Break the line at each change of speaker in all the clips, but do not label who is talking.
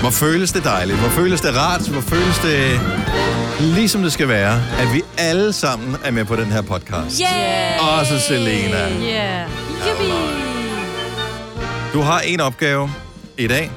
Hvor føles det dejligt, hvor føles det rart, hvor føles det ligesom det skal være, at vi alle sammen er med på den her podcast.
Yeah!
Også Selena.
Yeah. Yippie!
Du har en opgave i dag,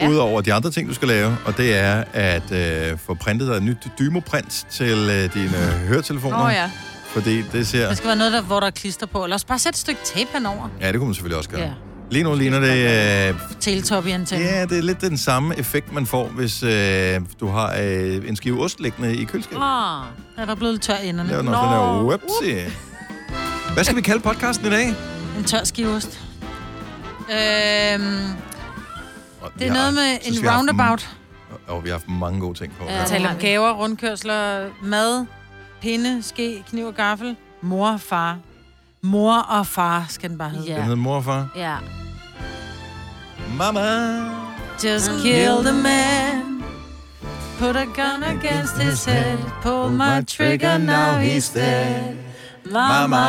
ja. udover de andre ting, du skal lave, og det er at øh, få printet dig et nyt dymoprint til øh, dine øh, høretelefoner.
Åh, ja.
Fordi det ser...
Der skal være noget, der, hvor der er klister på. Eller også bare sæt et stykke tape henover.
Ja, det kunne man selvfølgelig også gøre.
Ja.
Lige nu ligner det... Øh,
Teletop i antennen.
ja, det er lidt den samme effekt, man får, hvis øh, du har øh, en skive ost liggende i køleskabet.
Åh, er der blevet lidt tør i enderne.
Det er noget sådan her, whoopsie. Hvad skal vi kalde podcasten i dag?
En tør skiveost. Øhm, det er noget med en roundabout.
Og vi har haft mange gode ting på.
Jeg taler om gaver, rundkørsler, mad, pinde, ske, kniv og gaffel. Mor og far. Mor og far skal den bare hedde.
Den hedder mor og far.
Ja.
Mama.
Just kill the man. Put a gun against his head. Pull my trigger, now he's dead. Mama,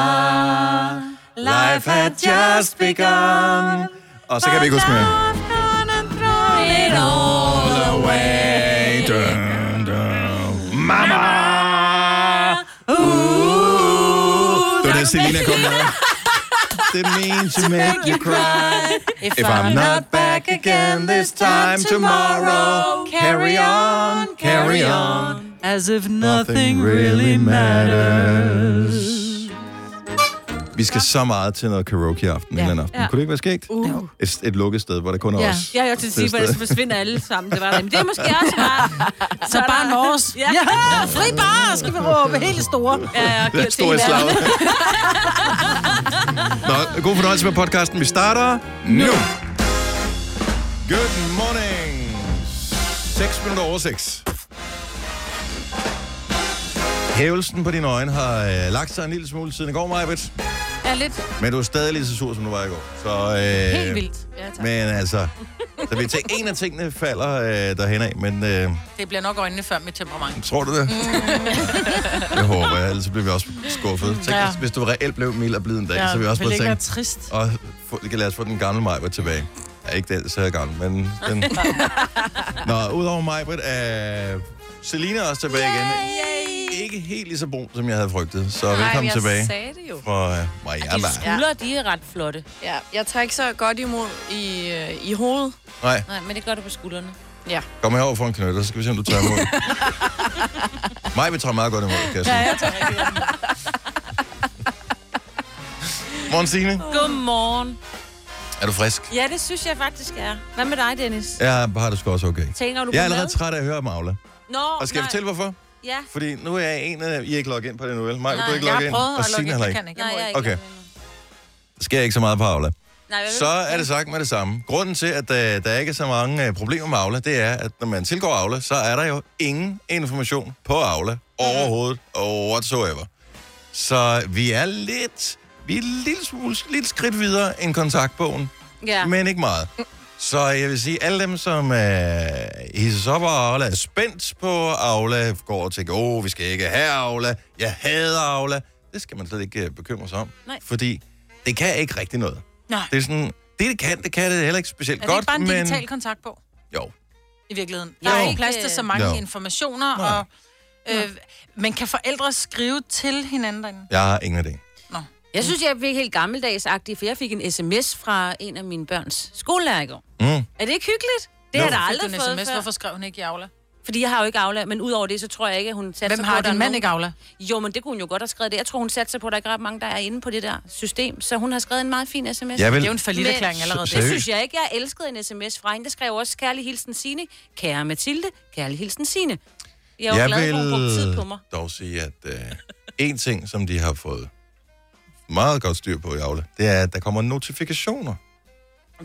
life had just begun.
Og så kan vi ikke huske mere.
It all
away. Dun, dun. Mama.
Ah,
Ooh. Det var det, Selena kom med. Didn't mean to make you cry.
If,
If I'm not back again this time tomorrow, carry on, carry on.
As if
Nothing really matters. Vi skal så meget til noget karaoke i aften, ja. en eller anden aften.
Ja.
Kunne det ikke være skægt?
Uh.
Et, et lukket sted, hvor der kun er
Ja.
os.
Jeg er jo til at sige,
Det er
hvordan så
stadig-
forsvinder alle sammen. Det var der. Men det er måske også bare...
Så bare Norges.
Ja.
Ja, fri bar, skal vi råbe. Helt store.
Ja, ja,
Den store slag. Nå, god fornøjelse med podcasten. Vi starter nu. Good morning. 6 minutter over 6. Hævelsen på dine øjne har øh, lagt sig en lille smule siden i går, Majbet.
Ja, lidt.
Men du er stadig lige så sur, som du var i går. Så, øh,
Helt vildt. Ja, tak.
Men altså, så vi tænker, en af tingene falder øh, derhen af, men øh,
Det bliver nok øjnene før mit temperament. Mm.
tror du det? Jeg håber, jeg, ellers bliver vi også skuffet. Tænk,
Ja.
ja. hvis du reelt blev mild og blid en dag, ja, så ville vi også
vil
bare
ikke være
tænke,
trist.
og få, lad os få den gamle Majbert tilbage. Ja, ikke den, så er jeg gammel, men den... Nå, udover Majbert er Selina også tilbage igen. Ikke helt lige så brun, som jeg havde frygtet, så velkommen
jeg
tilbage
sagde det jo.
fra øh, Miami.
Skuldre, de er ret flotte.
Ja, jeg tager ikke så godt imod i, øh, i hovedet.
Nej,
Nej, men det gør du på skuldrene.
Ja.
kom herover for en knytter, så skal vi se, om du tager imod. Majbert tager meget godt imod, kan jeg sige.
jeg tager
Morgen, Signe.
Godmorgen.
Er du frisk?
Ja, det synes jeg faktisk er. Hvad med dig, Dennis?
Jeg har det sgu også okay.
Tænker du
Jeg er
på mad?
allerede træt af at høre om Aula.
Nå,
Og skal jeg
nej.
fortælle, hvorfor?
Ja.
Fordi nu er jeg en af... I er ikke logget ind på det nu, vel? Maja, du er
Nej,
ikke
jeg
logget
har
ind.
prøvet
Og
at logge
Signe
ind,
heller
jeg
ikke.
kan ikke.
Nej, jeg er ikke
Okay.
glad endnu.
Der sker ikke så meget på Aula.
Nej, jeg
Så er det sagt med det samme. Grunden til, at der, der ikke er så mange øh, problemer med Aula, det er, at når man tilgår Aula, så er der jo ingen information på
Mhm.
Aula overhovedet, og whatsoever. Så vi er lidt... Vi er en lille, smule, lidt skridt videre end kontaktbogen.
Ja.
men ikke meget. Så jeg vil sige, alle dem, som øh, hisses op over Aula, er spændt på Aula, går og tænker, åh, vi skal ikke have Aula, jeg hader Aula. Det skal man slet ikke øh, bekymre sig om,
Nej.
fordi det kan ikke rigtig noget.
Nej.
Det er sådan, det det kan, det kan det heller ikke specielt
Er det
godt,
ikke bare en
men...
digital kontaktbog?
Jo.
i virkeligheden. Der er
Jo.
ikke plads til så mange
Jo.
informationer,
Nej.
og øh, man kan forældre skrive til hinanden derinde.
Jeg har ingen idé.
Jeg synes, jeg blev helt gammeldagsagtig, for jeg fik en sms fra en af mine børns skolelærer i går.
Mm.
Er det ikke hyggeligt? Det
Jo.
har jeg da
Fik du
aldrig
en
fået
sms?
før.
Hvorfor skrev hun ikke i Aula?
Fordi jeg har jo ikke Aula, men udover det, så tror jeg ikke, at hun satte sig
Hvem
på,
har
at der
din
er
mand
nogen-
ikke i Aula?
Jo, men det kunne hun jo godt have skrevet det. Jeg tror, hun satte sig på, at der ikke er ret mange, der er inde på det der system. Så hun har skrevet en meget fin sms.
Jeg vil...
Det er jo en forlitterklæring
Men-
allerede.
Så-
Det
seriøst?
Det
synes jeg ikke. Jeg elskede en sms fra hende. Der skrev også, kærlig hilsen Signe, kære Mathilde, kærlig hilsen Signe. Jeg var
jeg
glad, at hun brugte tid
vil
på mig.
dog sige, at øh, en ting, som de har fået meget godt styr på i Aula, det er, at der kommer notifikationer.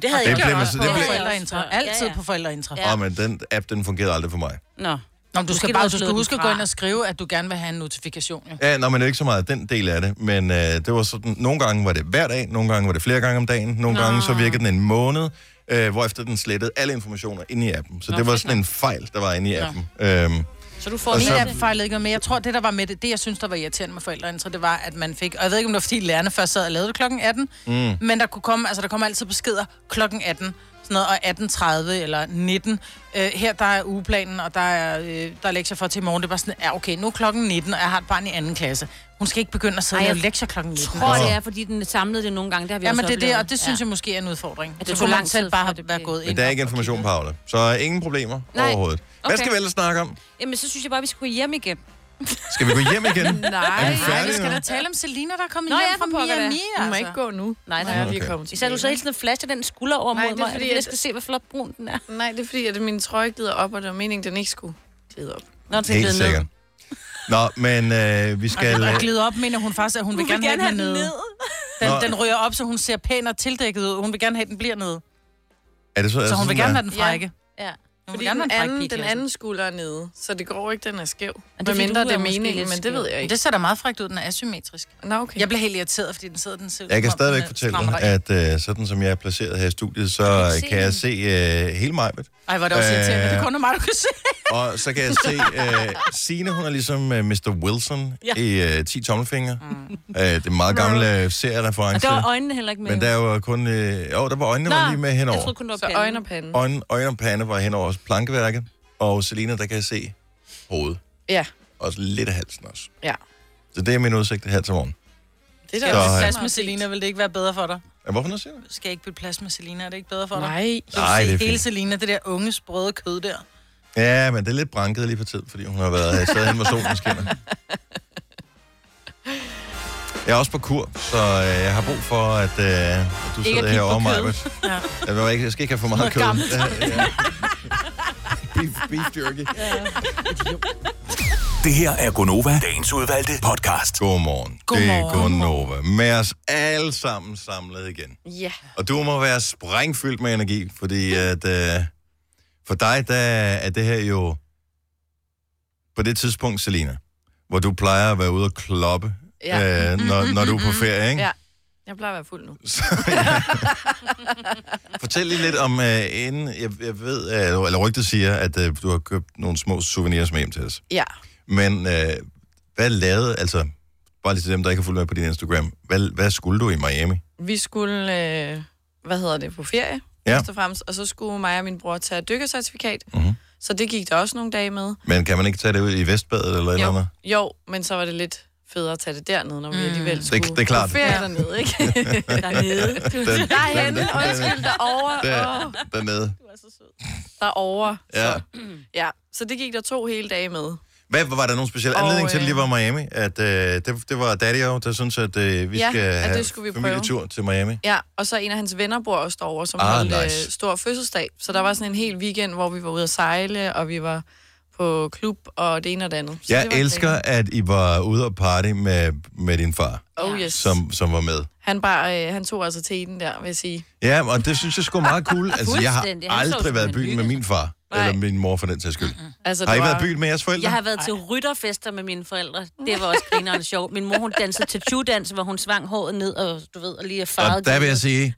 Det havde
Det
jeg
blev man
gjort også.
så- det
på
blev-
forældreintra. Altid på forældreintra.
Ja. Oh, men den app, den fungerede aldrig for mig.
Nå.
Nå, men du skal
Måske
bare
du
du skal
slår den
huske at gå
fra.
ind og skrive, at du gerne vil have en notifikation. Jo.
Ja, nå, men det er ikke så meget den del af det, men øh, det var sådan, nogle gange var det hver dag, nogle gange var det flere gange om dagen, nogle nå. gange så virkede den en måned, øh, hvorefter den slettede alle informationer inde i appen. Så nå, det var sådan en fejl, der var inde i appen. Øhm,
Så du får
Og
Min
lige
så-
app fejlede ikke noget, men jeg tror, det der var med det, det jeg synes, der var irriterende med forældreintra, det var, at man fik, og jeg ved
Mm.
ikke, om det var, fordi lærerne først sad og lavede det klokken 18, mm. men der kunne komme, altså der kom altid beskeder klokken 18, sådan noget, og 18.30 eller 19. Øh, her der er ugeplanen, og der er, øh, der er lektier for til i morgen. Det er bare sådan, ja okay, nu er klokken 19, og jeg har et barn i anden klasse. Hun skal ikke begynde at sidde
Ej,
og
jeg
lave lektier klokken Altså, 19.
Jeg tror, det er, fordi den samlede det nogle gange. Det har vi
Ja,
også
men det er det,
oplevet.
og det synes ja. jeg måske er en udfordring.
det
det så
tog
kunne man
lang tid,
selv bare
før
have
det
været
blev-
gået
Men
ind.
der er ikke information, Paula. Så ingen problemer
Nej.
overhovedet. Hvad
Okay.
skal vi ellers snakke om?
Ja. Jamen, så synes jeg bare, vi skal gå hjem igen.
Skal vi gå hjem igen? Er
Nej,
vi
nej, vi
færdige
skal
nu?
da tale om Selina, der er kommet
Nå,
hjem
ja,
fra
for pokker da.
Miami.
Du må
Altså.
ikke gå nu.
Nej,
når
nej.
jeg lige
Okay.
er kommet
Især du så hele tiden flasher den skulder over
Nej,
mod
det er
mig.
fordi,
fordi, jeg
at-
skal se, hvor flot brun den er.
Nej, det er fordi, at min trøje glider op, og det var meningen, den ikke skulle glide op.
Nå, den skal
Helt
glide ned.
sikkert. Nå, men øh, vi skal...
Og glide op, mener hun faktisk, at hun, hun vil gerne have den nede.
Nå.
Den, den ryger op, så hun ser pæn og tildækket ud. Hun vil gerne have, at den bliver nede.
Er det så, er det
Så hun
sådan, øh,
vil gerne
der?
have den frække.
Ja.
Hun
Fordi
vil gerne
den
have en fræk
anden,
pige.
den
i klassen.
anden skulder er nede, så det går ikke, den er skæv.
er
Men
fordi,
mindre
du
det
er
er
måske lidt
meningen, men det ved
skæv.
jeg
Men
ikke.
det ser da meget frækt ud, den er asymmetrisk.
Nå, okay.
Jeg bliver helt irriteret, fordi den sidder, den ser ud,
Jeg kan
som om
stadigvæk
den, øh,
fortælle
strammer
dig,
dig ind.
at øh, sådan som jeg er placeret her i studiet, så
kan
øh,
ikke se
kan jeg se øh, hele mig.
Ej, var det også
Øh,
irriterende. Det er kun er mig, du kan se.
Og så kan jeg se, øh, Signe, hun er ligesom øh, Mr. Wilson ja. i øh, 10 tommelfingre. Mm. Øh, det er en meget gammel øh,
Og
seriereference.
altså, der var øjnene heller ikke med.
Men der var kun... Øh, jo, der var øjnene var lige med
Jeg
henover.
troede kun, det var
Så
panden.
øjne og pande.
Øjne, øjne og pande var henover også plankeværket. Og Selina, der kan jeg se hovedet.
Ja,
Og lidt af halsen også.
ja.
Så det er min udsigt her til morgen.
Det er
Så,
da også
øh,
Plads med Selina, vil det ikke være bedre for dig?
Ja, hvorfor nu siger du det?
Skal jeg ikke bytte plads med Selina? Er det ikke bedre for dig?
Nej.
Du
Nej,
Nej,
det er
det hele
fint.
Selina, det der unge, sprøde kød der.
Ja, men det er lidt branket lige for tid, fordi hun har været her stadig hen, hvor solen skinner. Jeg er også på kur, så øh, jeg har brug for, at, øh, at du
at
sidder
kigge
her
på
over mig.
kød.
Ja.
Jeg, vil ikke, jeg skal ikke have for meget
Noget
kød.
gammelt.
Ja, ja. beef, beef jerky.
Det her er Gonova, dagens udvalgte podcast.
Godmorgen.
Godmorgen.
Det er Gunnova. Med os alle sammen samlet igen.
Ja.
Og du må være sprængfyldt med energi, fordi at, øh, for dig, der er det her jo på det tidspunkt, Selina, hvor du plejer at være ude og kloppe, ja.
Ja.
øh, når, når du er på ferie, ikke?
Ja. Jeg plejer at være fuld nu.
Så, ja. Fortæl lige lidt om, øh, inden jeg, jeg ved, øh, eller rygtet siger, at øh, du har købt nogle små souvenirs med hjem til os.
Ja.
Men øh, hvad lavede, altså, bare lige til dem, der ikke har fulgt med på din Instagram, hvad, hvad skulle du i Miami?
Vi skulle, øh, hvad hedder det, på ferie,
Ja.
ja. først og fremmest. Og så skulle mig og min bror tage dykkercertifikat.
Mhm.
Så det gik der også nogle dage med.
Men kan man ikke tage det ud i Vestbadet eller et eller
Jo,
andet?
jo, men så var det lidt federe at tage det dernede, når vi alligevel skulle
Det- det er klart.
på ferie dernede, ikke?
Dernede.
Den-
Derhenne,
den- den-
undskyld, derovre,
Der,
åh,
dernede.
derovre.
Ja.
Ja, så det gik der to hele dage med.
Hvad var der nogen speciel
Og,
anledning til, at det
øh,
lige var Miami? At, øh, det, det var Daddy jo, der synes at øh, vi
Ja,
skal
at det
have
skulle vi prøve.
familietur til Miami.
Ja, og så en af hans venner bor også derovre, som
Ah,
ah, holdt
nice.
nice. stor fødselsdag. Så der var sådan en hel weekend, hvor vi var ude at sejle, og vi var på klub og det ene og det andet. Så
Jeg
det var
elsker,
dejligt.
at I var ude og party med, med din far,
Oh yes. Som...
som, som var med.
Han, bar, øh, han tog altså teten der, vil jeg sige.
Ja, og det synes jeg sgu er meget cool. Altså, jeg har
Fuldstændig. Han så ud,
aldrig
som
været i
han
byen med
hyggede
min far.
Nej.
Eller min mor for den sags skyld.
Altså,
Har I
det var...
været i byen med jeres forældre?
Jeg har været til rytterfester med mine forældre. Det var også grineren sjov. Min mor, hun dansede til dans hvor hun svang håret ned, og du ved, og lige er farvet.
Og der altså- vil jeg sige,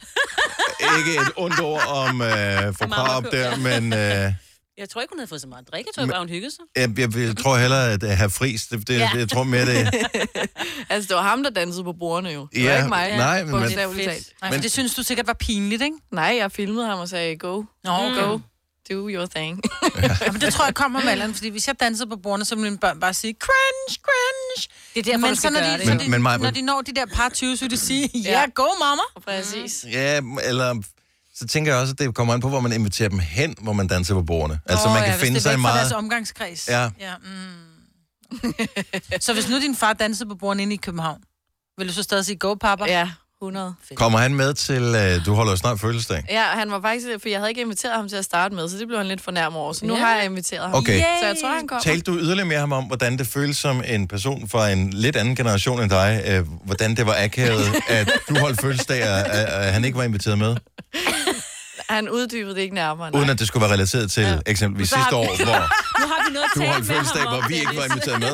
ikke et ondt ord om øh, for op der, men... Øh,
Jeg tror ikke, hun havde fået så meget drik. Jeg tror bare, hun hyggede sig.
Jeg, jeg, jeg tror hellere, at øh, have fris, det, det, ja.
Ja.
jeg tror mere det.
Altså, det var ham, der dansede på bordene jo. Det
Ja,
var ikke mig.
nej, men-
bogstaveligt
Fedt.
talt.
Nej, for det synes du sikkert var pinligt, ikke?
Nej, jeg filmede ham og sagde, go,
Nå, okay.
go, do your thing.
Jamen, det tror jeg kommer med alderen, fordi hvis jeg danser på bordene, så vil mine børn bare sige, cringe, cringe.
Det er derfor,
Men
du
så
skal
når
gøre
de,
det.
så
Men-
de,
men Maja-
når de når de der par 20, så vil de sige, ja, yeah, go mamma.
Præcis.
Ja, eller så tænker jeg også, at det kommer an på, hvor man inviterer dem hen, hvor man danser på bordene. Altså,
Åh,
man kan
ja, hvis
finde
det er
sig i
væk Fra
meget...
deres omgangskreds.
Ja.
ja mm. så hvis nu din far dansede på bordene inde i København, vil du så stadig sige, go papa?
Ja, 100.
Kommer han med til... Øh, du holder jo snart fødselsdag.
Ja, han var faktisk, for jeg havde ikke inviteret ham til at starte med, så det blev han lidt fornærmet over. Så nu
Ja.
har jeg inviteret ham.
Okay.
Så jeg tror, han kommer.
Talte du yderligere med ham om, hvordan det føles som en person fra en lidt anden generation end dig? Øh, hvordan det var akavet, at du holdt fødselsdag, og og- og han ikke var inviteret med?
Han uddybede det ikke nærmere. Nej.
Uden at det skulle være relateret til ja. eksempelvis
Så har
sidste
vi-
år, hvor
Nu har vi noget at
du
tale
holdt
med
fødselsdag,
ham om,
hvor vi ikke var
Dennis.
inviteret med.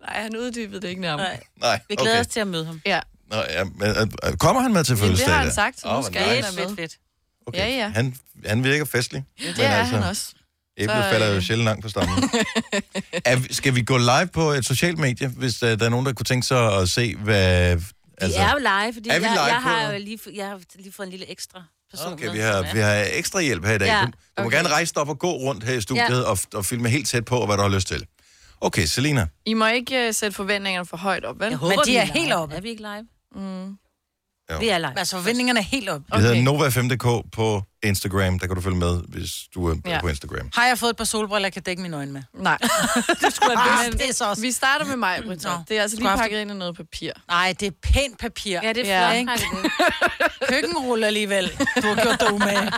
Nej, han uddybede det ikke nærmere.
Nej,
Nej,
Vi glæder
okay.
os til at møde ham.
Ja,
Nå, ja, men, øh, kommer han med til
Jamen, det
fødselsdag?
har han
der?
sagt, så
Åh,
nu
hvor
skal
nice.
jeg
Helt
da med.
fedt, fedt.
Okay.
Ja, ja.
Han, han virker festlig. altså,
Det er han også.
Æblet
Så,
falder jo
øh,
sjældent langt på stammen. øh, er, vi- skal vi gå live på et socialt medie, hvis uh, der er nogen, der kunne tænke sig at se, hvad
Altså, vi er jo live, fordi
er vi
jeg,
live
jeg,
på
har
nu?
jo lige, f- jeg har lige fået en lille ekstra person.
Okay,
med,
vi
som er-
har, vi har ekstra hjælp her i dag.
Ja,
Ja, okay. Du må
okay.
gerne rejse dig op og gå rundt her i studiet
Ja.
ja. og, f- og filme helt tæt på, hvad du har lyst til. Okay, Selina.
I må ikke uh, sætte forventningerne for højt op, vel?
Jeg
Men
håber,
de
vi
er helt
live.
oppe.
Er vi ikke live?
Mm.
Jo.
Vi er live.
Altså, forventningerne er helt op.
Vi hedder Nova5.dk på Instagram. Der kan du følge med, hvis du er ja.
Ja.
på Instagram.
Har jeg fået et par solbriller, jeg kan dække mine øjne med?
Nej.
Ah, det er så også...
Vi starter med mig, Britta.
Nå.
Det er altså
Skulle
lige
have
pakket ind i noget papir.
Nej, det er pænt papir.
Ja, det er
Ja,
flot.
ikke?
Maja, det.
Køkkenrulle alligevel. Du har gjort dig umage.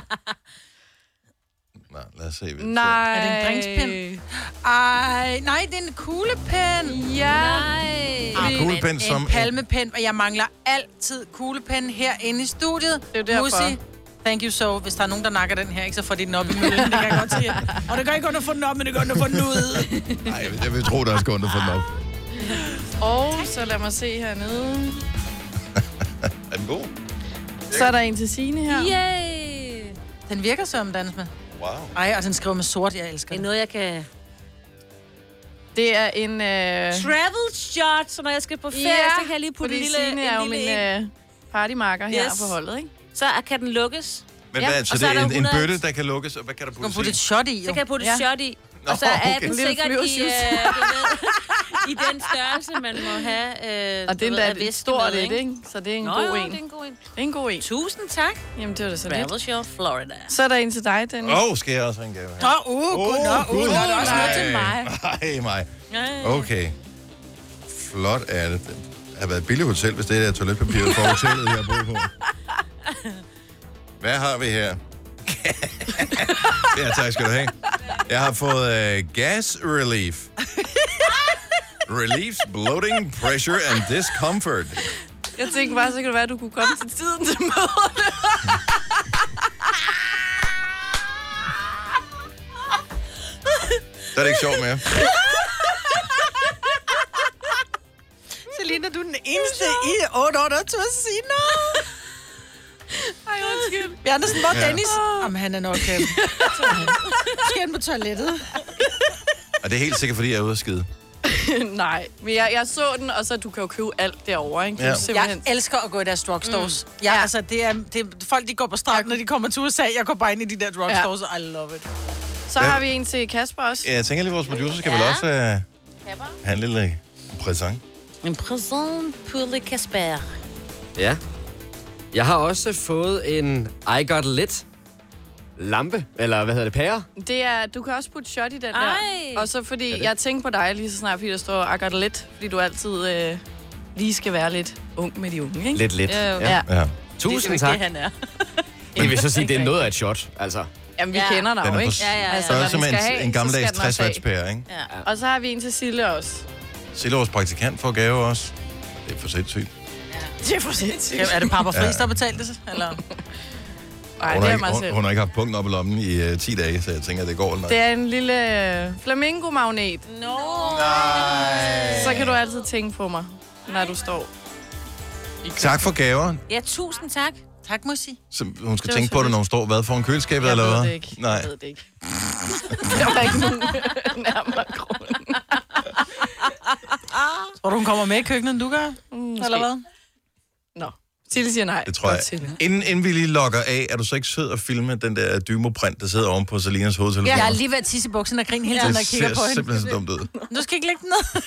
Nå, lad os se. hvad vi
Nej.
Er det en drinkspind? Ej, nej, det er en kuglepen.
Ja.
får. En Ah, kuglepen som...
En palmepen, og jeg mangler altid kuglepen herinde i studiet.
er jo derfor.
Musi, thank you so. Hvis der er nogen, der nakker den her, ikke, så får de den op i møllen. Det kan jeg godt sige. Og det gør ikke under at få den op, men det gør under at få den ud.
Nej, jeg, vil- jeg vil tro, der er skåret for den op.
Og så lad mig se hernede.
Er den god?
Så er der en til Signe her. Yeah.
Yay!
Den virker som dans med.
Wow.
Ej, og den skriver med sort, jeg elsker
Det er
den.
noget, jeg kan...
Det er en... Øh...
Travel shot, så når jeg skal på ferie,
Ja,
så kan jeg lige putte
fordi
en lille,
Signe er jo
en lille
min
en.
øh, partymarker her
Yes.
på holdet, ikke?
Så kan den lukkes.
Men
Ja,
hvad,
og
så,
så
det
er
er
der
en, en
100
bøtte, der kan lukkes, og hvad kan der
Du kan
puttes
putte et
i?
shot i,
Så
jo.
kan jeg putte
Ja.
et shot i.
Nå,
og så er
okay.
den
Lille
sikkert i, øh, du
flyversus.
ved, i den størrelse, man må have. Øh,
Og det er
du ved,
endda
af
et
væske
stort
med,
et, ikke? Så det er en
Nå,
god
jo,
en.
det er en god en.
Det er en god en.
Tusind tak.
Jamen, det var da så lidt.
Travel show Florida.
Så er der en til dig, Dennis.
Åh, oh, skal jeg også have en gave her?
Nå, uh, gud, nå, uh, nå, der er også noget til mig.
Nej, mig. Okay. Flot er det. Det har været et billigt hotel, hvis det er toiletpapiret fra hotellet, jeg har boet på. Hvad har vi her? ja, tak skal du have. Jeg har fået uh, gas relief. Relieves bloating, pressure and discomfort.
Jeg tænkte bare, så kan det være, at du kunne komme til tiden til møderne.
Så er det ikke sjovt mere.
Selina, du er den eneste i 8 år, der tør sige noget.
Ej, undskyld.
Bjarnesen, hvor er
Ja.
Dennis? Jamen, han er nok... Øh, Mm. skal han på toilettet?
Og det er helt sikkert, fordi jeg er ude at skide.
Nej, men jeg, jeg så den, og så du kan jo købe alt derovre, ikke? Det er
Ja.
jo
Jeg
simpelthen...
elsker at gå i deres drugstores. Mm. Ja, altså, det er, det er, folk, de går på stranden, når de kommer til USA. Jeg går bare ind i de der drugstores, ja. I love it.
Så har vi en til Kasper også.
Ja, Jeg tænker lige, vores producer skal ja. vel også uh, have en lille præsent.
En prison pour le Casper.
Ja. Jeg har også fået en I Got Lit lampe, eller hvad hedder det, pære?
Det er, du kan også putte shot i den
Ej.
der. Og så fordi, jeg tænkte på dig lige så snart, fordi der står akkurat lidt, fordi du altid øh, lige skal være lidt ung med de unge, ikke?
Lidt lidt.
Ja, jo.
Ja.
ja.
Ja.
Tusind
Det
tak.
Det, han er.
Men vil så sige, det er noget af et shot, altså.
Jamen, vi
Ja.
kender dig
Den
jo,
er på
ikke?
s- Ja,
ja, ja.
Altså, når
Så
den
som en,
skal have,
en gammeldags
så skal den også
60
af.
watts pære, ikke?
Ja. Og så har vi en til Sille også.
Sille, vores praktikant, får gave også. Det er for sindssygt.
Det er for sindssygt.
Er det Papa Friis, der betalte det? Eller?
Nej,
hun,
det er
har ikke,
mig
hun,
selv.
hun har ikke haft punkten op i lommen i uh, 10 dage, så jeg tænker, at det går nok.
Det er en lille øh, flamingo-magnet.
No.
Så kan du altid tænke på mig, når du står.
Tak for gaver.
Ja, tusind tak.
Tak, Musi.
Så hun skal
Det var
tænke på det,
sødt.
når hun står hvad foran køleskabet,
Jeg
eller
ved
hvad?
det ikke.
Nej.
Jeg ved det ikke. Der var ikke nogen nærmere grund.
Tror du, hun kommer med i køkkenet, end du gør? Mm, eller hvad?
Nå. Sille siger nej.
Det tror jeg.
Godt, Sille.
Inden, inden vi lige logger af, er du så ikke sød at filme den der dymoprint, der sidder oven på Salinas hovedtelefon?
Jeg er lige ved at tisse i bukserne og grine hele tiden, når
det
jeg kigger
ser
på hende.
simpelthen så dumt ud.
Du skal ikke lægge den ned.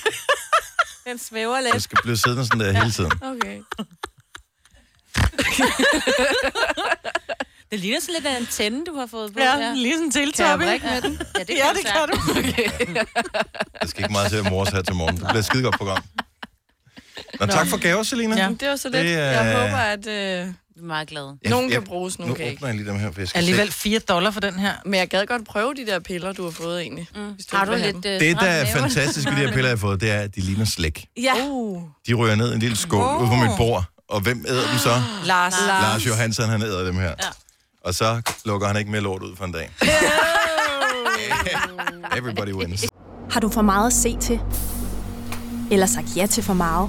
Den svæver
Jeg
lidt.
skal blive siddende sådan der hele tiden.
Okay.
Det ligner sådan lidt af en tænde, du har fået på.
Ja, lige sådan en
Kan jeg
teletoppe.
vrikke med den?
ja det,
Ja, det kan du.
Jeg skal ikke meget til at morse her til morgen. Det bliver et skidegodt program. Nå, tak for gaver, Selina.
Ja.
Ja.
Det var så lidt.
Det er-
Jeg håber, at øh,
Vi er meget glade.
nogen kan bruges,
Nu
nogen kan ikke.
åbner jeg lige dem her, for jeg skal
Alligevel 4 dollar for den her.
Men jeg gad godt prøve de der piller, du har fået egentlig. Mm. Hvis
Har
ikke
du
vil have
lidt... øh,
se. Det, der er
stramt mave?
fantastisk ved de her piller, jeg har fået, det er, at de ligner slik.
Ja.
dem. Uh,
De ryger ned i en lille skål oh. ud på mit bord. Og hvem æder dem så?
Lars.
Lars Johansson, han æder dem her. Ja. Og så lukker han ikke mere lort ud for en dag. Everybody wins.
Har du for meget at se til? Eller sagt ja til for meget?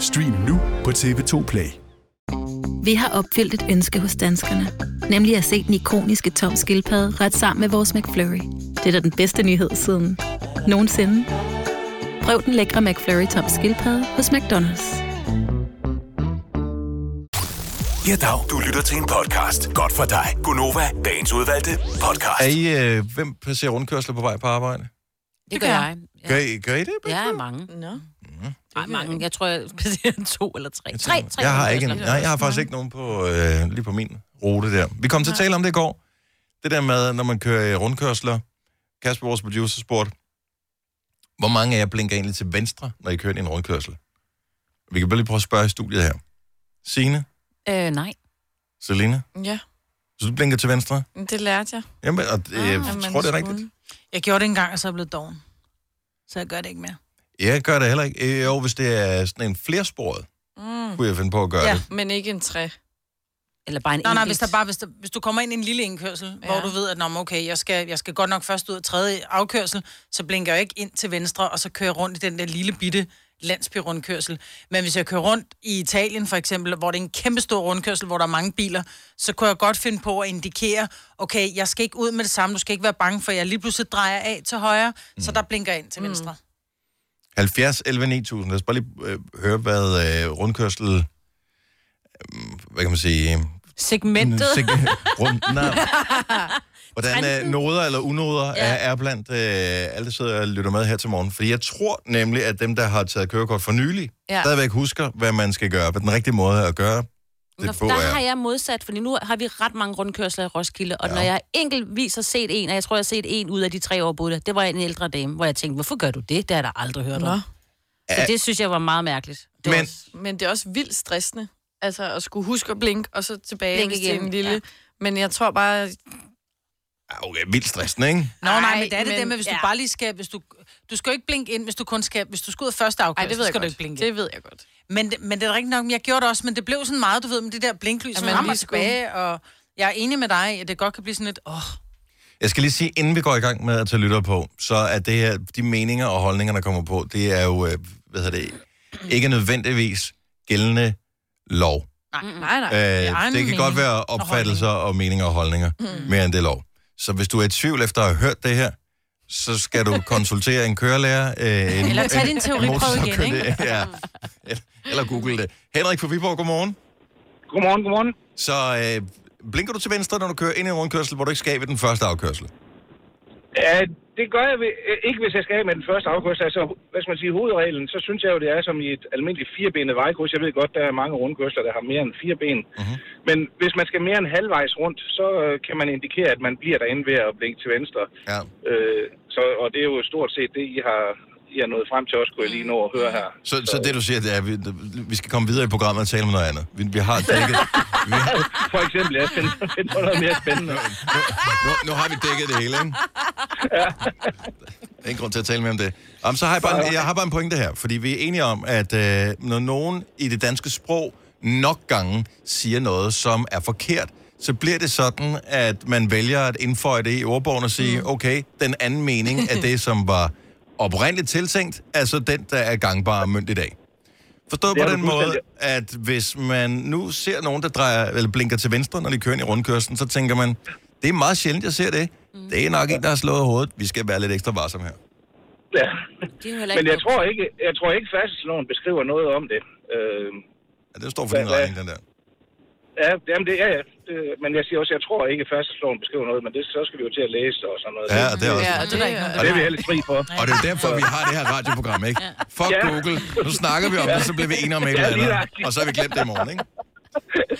Stream nu på TV2 Play.
Vi har opfyldt et ønske hos danskerne. Nemlig at se den ikoniske tom skildpadde ret sammen med vores McFlurry. Det er da den bedste nyhed siden nogensinde. Prøv den lækre McFlurry tom skildpadde hos McDonald's.
Ja, dag. Du lytter til en podcast. Godt for dig. Gunova, dagens udvalgte podcast.
Er I, øh, hvem passerer rundkørsler på vej på arbejde?
Det gør jeg.
Gør I, gør I det?
Ja, mange. Nå. Nej, mange. Jeg tror, jeg passerer to eller tre.
Jeg,
Tre, tre.
jeg har, ikke en, nej, jeg har faktisk ikke nogen på, øh, lige på min rute der. Vi kom til at tale om det i går. Det der med, når man kører i rundkørsler. Kasper, vores producer, spurgte, hvor mange af jer blinker egentlig til venstre, når I kører ind i en rundkørsel? Vi kan bare lige prøve at spørge i studiet her. Signe,
Øh, nej.
Selina,
Ja,
så du blinker til venstre?
det lærte jeg.
Jamen, og, øh, jeg
at man
tror, det er
skulle.
rigtigt.
Jeg gjorde det engang, og så er jeg blevet doven. Så jeg gør det ikke mere.
Jeg gør det heller ikke. Øh, Jo, hvis det er sådan en flersporet,
Mm.
kunne jeg finde på at gøre ja. det.
Men ikke en træ.
Eller bare en
Nej, nej, hvis, der bare, hvis, der, hvis du kommer ind i en lille indkørsel, ja. hvor du ved, at nå, men okay, jeg skal, jeg skal godt nok først ud af tredje afkørsel, så blinker jeg ikke ind til venstre, og så kører jeg rundt i den der lille bitte landsbyrundkørsel. Men hvis jeg kører rundt i Italien for eksempel, hvor det er en kæmpe stor rundkørsel, hvor der er mange biler, så kunne jeg godt finde på at indikere, okay, jeg skal ikke ud med det samme, du skal ikke være bange for, jeg lige pludselig drejer af til højre, mm. så der blinker jeg ind til venstre.
Mm.
70, 11, 9000. Lad os bare lige øh, høre, hvad øh, rundkørsel... Øh, hvad kan man sige?
Segmentet.
Mm, Seg- rund, nej, hvordan øh,
Trenden.
noder eller unoder ja. er, er blandt øh, alle, der sidder og lytter med her til morgen. Fordi jeg tror nemlig, at dem, der har taget kørekort for nylig, ja.
Ja.
stadigvæk husker, hvad man skal gøre, hvad den rigtige måde at gøre det på
der
er.
har jeg modsat, fordi nu har vi ret mange rundkørsler i Roskilde, og ja. når jeg enkeltvis har set en, og jeg tror, jeg har set en ud af de tre år på det, det var en ældre dame, hvor jeg tænkte, hvorfor gør du det? Det har jeg da aldrig hørt om. Så
Ja.
det synes jeg var meget mærkeligt. Det
Men-
var også-
Men det er også vildt stressende. Altså at skulle huske at blinke, og så tilbage,
Blink
Blink hvis det er
igen,
en lille...
ja.
Ja. Men jeg tror bare...
Okay, vildt stressende, ikke?
Nå, nej,
Ej,
men det er det
men-
der med, hvis ja. du
ja.
bare lige skal... Hvis du, du skal jo ikke blinke ind, hvis du kun skal... Hvis du skal ud af første afkørsel,
Ej, det ved
så
jeg
skal du
godt.
ikke blinke
Det ved jeg godt.
Men, det- men det er rigtigt nok, men jeg gjorde det også, men det blev sådan meget, du ved, med det der blinklys,
At
som
man
rammer
lige skulle-
tilbage, og jeg er enig med dig, at det godt kan blive sådan lidt, åh, oh,
Jeg skal lige sige, inden vi går i gang med at tage lytter på, så er det her, de meninger og holdninger, der kommer på, det er jo, øh, hvad hedder det, ikke nødvendigvis gældende lov.
nej,
nej, Ah, nej.
Øh, det kan godt være opfattelser og meninger og holdninger, mm. mere end det er lov. Så hvis du er i tvivl efter at have hørt det her, så skal du konsultere en kørelærer. Øh, en,
Eller tage din
en
teoriprøve igen,
motorcykelkører-
ikke?
ja. Eller google det. Henrik fra Viborg, godmorgen.
Godmorgen, godmorgen.
Så øh, blinker du til venstre, når du kører ind i en rundkørsel, hvor du ikke skal ved den første afkørsel?
Ja, det gør jeg ved- øh, ikke, hvis jeg skal af med den første afkørsel. Altså, hvad skal man sige, hovedreglen, så synes jeg jo, det er som i et almindeligt firebenet vejkryds. Jeg ved godt, der er mange rundkørsler, der har mere end fire ben. Uh-huh. Men hvis man skal mere end halvvejs rundt, så øh, kan man indikere, at man bliver derinde ved at blinke til venstre.
Ja.
Øh, så, og det er jo stort set det, I har, I har nået frem til også, kunne jeg lige nå at høre her.
Så, så det du siger, det er, at vi, vi skal komme videre i programmet og tale om noget andet. Vi, vi har dækket... Vi har...
For eksempel, jeg finder, finder noget mere spændende.
Nu, nu, nu har vi dækket det hele, ikke? Ja. Ingen grund til at tale mere om det. Om, så har jeg, bare en, jeg har bare en pointe her, fordi vi er enige om, at øh, når nogen i det danske sprog nok gange siger noget, som er forkert, så bliver det sådan, at man vælger at indføje det i ordbogen og
Mm.
sige, okay, den anden mening af det, som var oprindeligt tiltænkt, er så den, der er gangbar og mønt i dag. Forstået
Det er
på
du
den måde,
fuldstændig.
at hvis man nu ser nogen, der drejer, eller blinker til venstre, når de kører ind i rundkørslen, så tænker man, det er meget sjældent, jeg ser det.
Mm.
Det er nok en, der har slået hovedet. Vi skal være lidt ekstra varsomme her.
Ja.
Det er jo
Men jeg tror ikke, jeg tror ikke færdselsloven beskriver noget om det. Øh,
Ja, det står for din
Hvad- hvad-
regning, den der.
Ja, jamen det, ja, ja, det, men jeg siger også, jeg tror ikke, at færdselsloven beskriver noget, men det, så skal vi jo til at læse og sådan noget.
Ja, det er også- Ja,
og
det er der ikke nogen, der
og det er vi
gør.
heller fri for.
Og det er jo derfor, vi har det her radioprogram, ikke? Fuck
Ja.
Google. Nu snakker vi om det, så bliver vi enige om et eller
Ja, lige
andet.
nøjagtigt.
Og så har vi glemt det i morgen, ikke?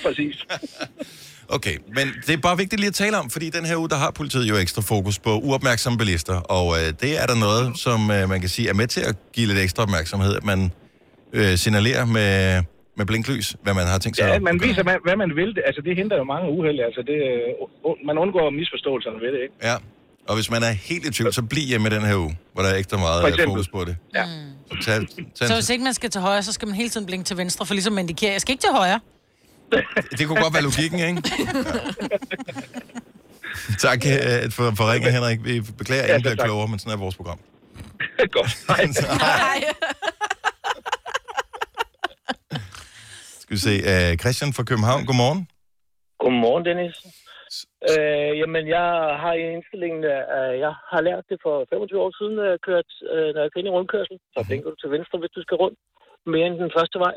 Præcis.
Okay, men det er bare vigtigt lige at tale om, fordi den her uge, der har politiet jo ekstra fokus på uopmærksomme bilister, og øh, det er der noget, som øh, man kan sige er med til at give lidt ekstra opmærksomhed, at man øh, signalerer med, med blinklys, hvad man har tænkt sig.
Ja,
at
man
gøre.
viser, hvad, hvad man vil. Det- Altså, det hindrer jo mange uheld. Altså, det, øh, u- man undgår misforståelserne ved det, ikke?
Ja, og hvis man er helt i tvivl, så bliv hjemme den her uge, hvor der er ekstra
For
meget øh,
eksempel.
fokus på det.
Ja.
Så tag,
Så
tag,
hvis ikke man skal til højre, så skal man hele tiden blinke til venstre, for ligesom at indikere, jeg skal ikke til højre.
det kunne godt være logikken, ikke? Tak øh, for, for ringen, Henrik. Vi beklager, at ingen bliver klogere, men sådan er vores program. Godt.
Nej.
Skal vi se. øh, Christian fra København, godmorgen.
Godmorgen, Dennis. Øh, jamen, jeg har i indstillingen, øh, jeg har lært det for 25 år siden, når jeg kørte, øh, når jeg kørte ind i rundkørsel. Så blinker du til venstre, hvis du skal rundt mere end den første vej.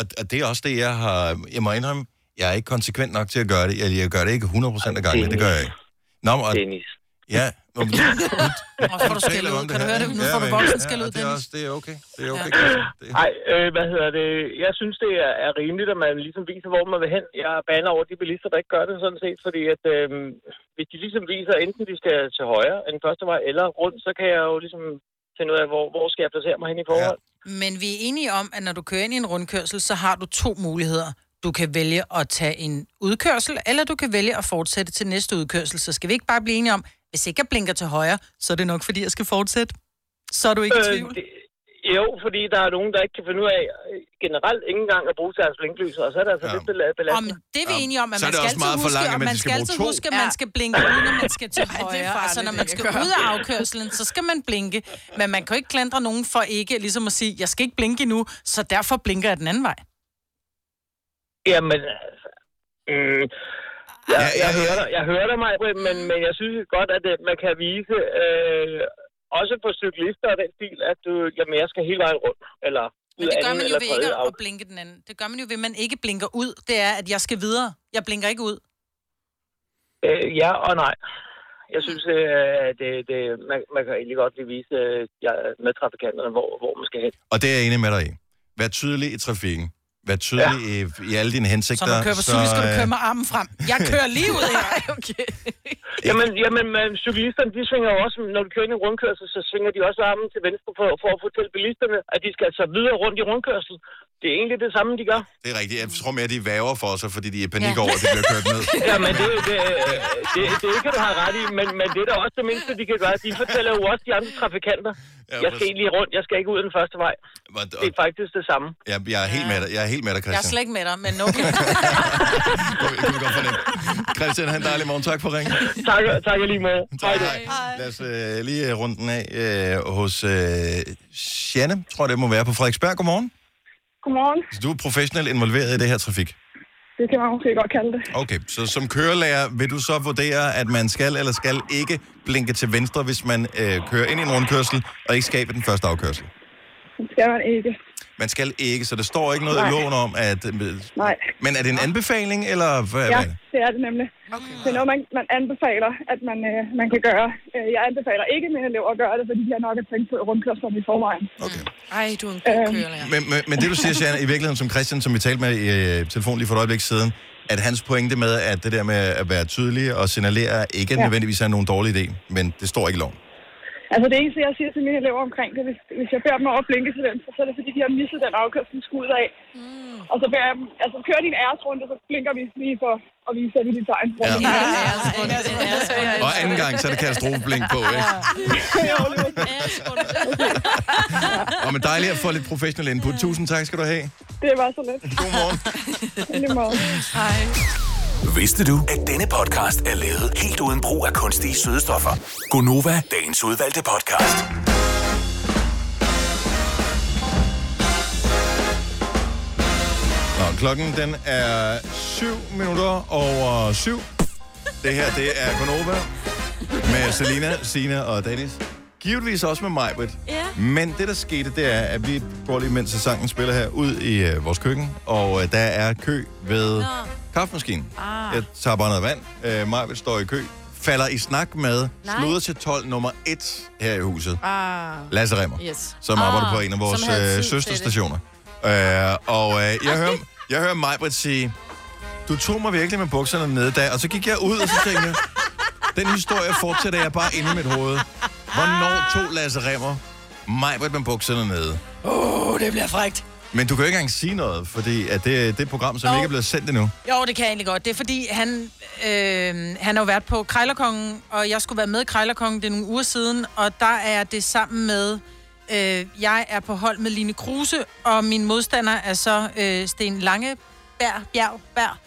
Og, og det er også det, jeg har... Jeg må indrømme, jeg er ikke konsekvent nok til at gøre det. Jeg, jeg gør det ikke 100% af gangen, det gør jeg ikke. Nå, men, og,
Dennis.
Ja, nå, men,
Og får du skæld ud. Kan du høre det? Nu får du voksen skæld ud, Dennis.
Det er okay. Det er
okay. Nej, øh, hvad hedder det? Jeg synes, det er, er rimeligt, at man ligesom viser, hvor man vil hen. Jeg baner over de bilister, der ikke gør det sådan set, fordi at, øh, hvis de ligesom viser, enten de skal til højre end første vej, eller rundt, så kan jeg jo ligesom finde ud af, hvor, hvor skal jeg placere mig hen i forhold.
Men vi er enige om, at når du kører ind i en rundkørsel, så har du to muligheder. Du kan vælge at tage en udkørsel, eller du kan vælge at fortsætte til næste udkørsel. Så skal vi ikke bare blive enige om, hvis ikke jeg blinker til højre, så er det nok, fordi jeg skal fortsætte. Så er du ikke i tvivl.
Øh, det, jo, fordi der er nogen, der ikke kan finde ud af øh, generelt ikke engang at bruge deres blinklyser, og så er der altså ja. lidt bela- belastende. Om
Det er vi enige om, at
Så er
man
det
skal
også
altid
meget
huske,
forlangt,
og
at man
man
skal
skal
bruge
altid
to.
huske, at man skal blinke, uden at man skal til højre. Og så når man
ikke
skal
at gøre.
ud af afkørselen, så skal man blinke. Men man kan jo ikke klandre nogen for ikke ligesom at sige, jeg skal ikke blinke endnu, så derfor blinker jeg den anden vej.
Jamen, altså, mm, jeg, ja, jeg, hører dig, jeg hører dig, Maj, men, men jeg synes godt, at øh, man kan vise, øh, også på cyklister og den stil, at du, jamen, jeg skal hele vejen rundt, eller
Men
ud
det
af
gør
anden
man jo
eller
ved
tredje
ikke
af.
at blinke den anden. Det gør man jo ved, at man ikke blinker ud. Det er, at jeg skal videre. Jeg blinker ikke ud.
Øh, ja og nej. Jeg
Mm.
synes, øh, det, det, man, man kan egentlig godt lige vise øh, jeg- med trafikanterne, hvor, hvor man skal hen.
Og det er jeg enig med dig i. Vær tydelig i trafikken. Vær tydelig ja. i, i alle dine hensigter.
Så når du kører på cykel, skal du køre med armen frem. Jeg kører lige ud her. okay.
Jamen, jamen men cyklisterne, de svinger jo også, når du kører ind i rundkørsel, så svinger de også armen til venstre for, for at fortælle bilisterne, at de skal altså videre rundt i rundkørsel. Det er egentlig det samme, de gør.
Det er rigtigt. Jeg tror mere, de væver for sig, fordi de er i panik over, at de bliver kørt ned.
Ja, men det, det, det, det, det kan du have ret i, men, men det er da også det mindste, de kan gøre. De fortæller jo også de andre trafikanter,
Ja,
jeg skal
præcis.
egentlig rundt, jeg skal ikke ud af den første vej. Det er faktisk det samme.
Jeg, jeg, er helt med dig. Jeg er helt med dig,
Jeg er
Christian.
slet ikke med dig, men okay.
Christian, han dejlig morgen. Tak for ringen.
Tak, tak lige måde. Hej.
Lad os øh, lige øh, runde den af øh, hos øh, Janne, tror jeg det må være, på Frederiksberg. Godmorgen.
Godmorgen.
Så du er professionelt involveret i det her trafik.
Det kan man måske godt kalde det.
Okay, så som kørelærer vil du så vurdere, at man skal eller skal ikke blinke til venstre, hvis man øh, kører ind i en rundkørsel og ikke skaber den første afkørsel?
Det skal man ikke.
Man skal ikke, så der står ikke noget
Nej.
i loven om, at... øh,
Nej.
Men er det en anbefaling, eller hvad?
Ja,
hvad?
det er det nemlig. Okay. Det er noget, man, man anbefaler, at man, øh, man kan gøre. Øh, Jeg anbefaler ikke mine elever at gøre det, fordi de har nok at tænke på i rundkørslerne i forvejen. Øh,
Okay.
Ej, du er en god kører,
Men, men, men det du siger, Sian, i virkeligheden som Christian, som vi talte med i øh, telefonen lige for et øjeblik siden, at hans pointe med, at det der med at være tydelig og signalere, ikke ja.
Ja.
nødvendigvis er nogen dårlig idé, men det står ikke i loven.
Altså det eneste, jeg siger til mine elever omkring det, hvis, hvis jeg beder dem over at blinke til venstre, så er det fordi, de har misset den afkørsel, de skulle ud af. Mm. Og så beder jeg dem, altså kører din æresrunde, så blinker vi lige for at vise, at vi er dit tegn. Ja. altså-
Ja. Og anden gang, så er det katastrofeblink på, ikke? Og men dejligt at få lidt professionel input. Tusind tak skal du have.
Det var så let.
Godmorgen.
Godmorgen. Hej.
Vidste du, at denne podcast er lavet helt uden brug af kunstige sødestoffer? Gonova, dagens udvalgte podcast.
Nå, klokken den er 7 minutter over 7. Det her, det er Gonova med Selina, Sina og Dennis. Givetvis også med Majbrit.
Ja.
Men det, der skete, det er, at vi går lige, mens sangen spiller her, ud i øh, vores køkken. Og øh, der er kø ved kaffemaskinen.
Ah.
Jeg tager bare noget vand. Øh, Majbet står i kø. Falder i snak med
Nej.
sluder til 12 nummer 1 her i huset.
Ah.
Lasse Remmer,
Yes.
som
Ah,
arbejder på en af vores
som havde tid
øh,
til Ah,
søsterstationer. Øh, og øh, jeg hører, jeg hører Majbrit sige, du tog mig virkelig med bukserne nede der, og så gik jeg ud, og så tænkte jeg, den historie fortsætter jeg bare inde i mit hoved. Hvornår tog Lasse Remmer Majbrit med bukserne nede?
Åh, oh, det bliver frægt.
Men du kan jo ikke engang sige noget, fordi at det er det program, som
Jo.
ikke er blevet sendt endnu.
Jo, det kan jeg egentlig godt. Det er fordi, han, øh, han har jo været på Krejlerkongen, og jeg skulle være med i Krejlerkongen, det er nogle uger siden, og der er det sammen med, øh, jeg er på hold med Line Kruse, og min modstander er så øh, Sten Lange, Bær, Bjerg, Bær.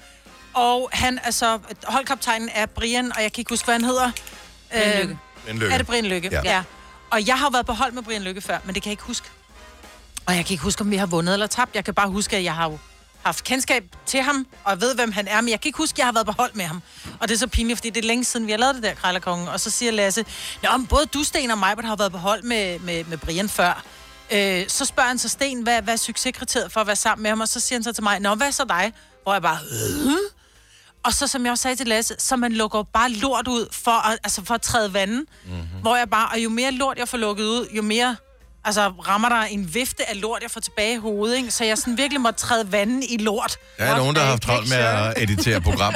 Og han er så, holdkaptajnen er Brian, og jeg kan ikke huske, hvad han hedder. Øh,
Brian Lykke. Brian Lykke.
Er det Brian Lykke?
Ja.
Ja. ja. Og jeg har jo været på hold med Brian Lykke før, men det kan jeg ikke huske. Og jeg kan ikke huske, om vi har vundet eller tabt. Jeg kan bare huske, at jeg har jo haft kendskab til ham, og jeg ved, hvem han er, men jeg kan ikke huske, at jeg har været på hold med ham. Og det er så pinligt, fordi det er længe siden, vi har lavet det der, Krejlerkongen. Og så siger Lasse, Nå, men både du, Sten og mig, har været på hold med, med, med Brian før. Øh, så spørger han så Sten, hvad, hvad er succeskriteriet for at være sammen med ham? Og så siger han så til mig, Nå, hvad så dig? Hvor jeg bare, øh? Og så, som jeg også sagde til Lasse, så man lukker jo bare lort ud for at, altså for at træde vandet.
Mhm.
Mm-hmm. Hvor jeg bare, og jo mere lort jeg får lukket ud, jo mere altså, rammer der en vifte af lort, jeg får tilbage i hovedet. Ikke? Så jeg sådan virkelig må træde vandet i lort.
Der er nogen, der har haft travlt med at editere program.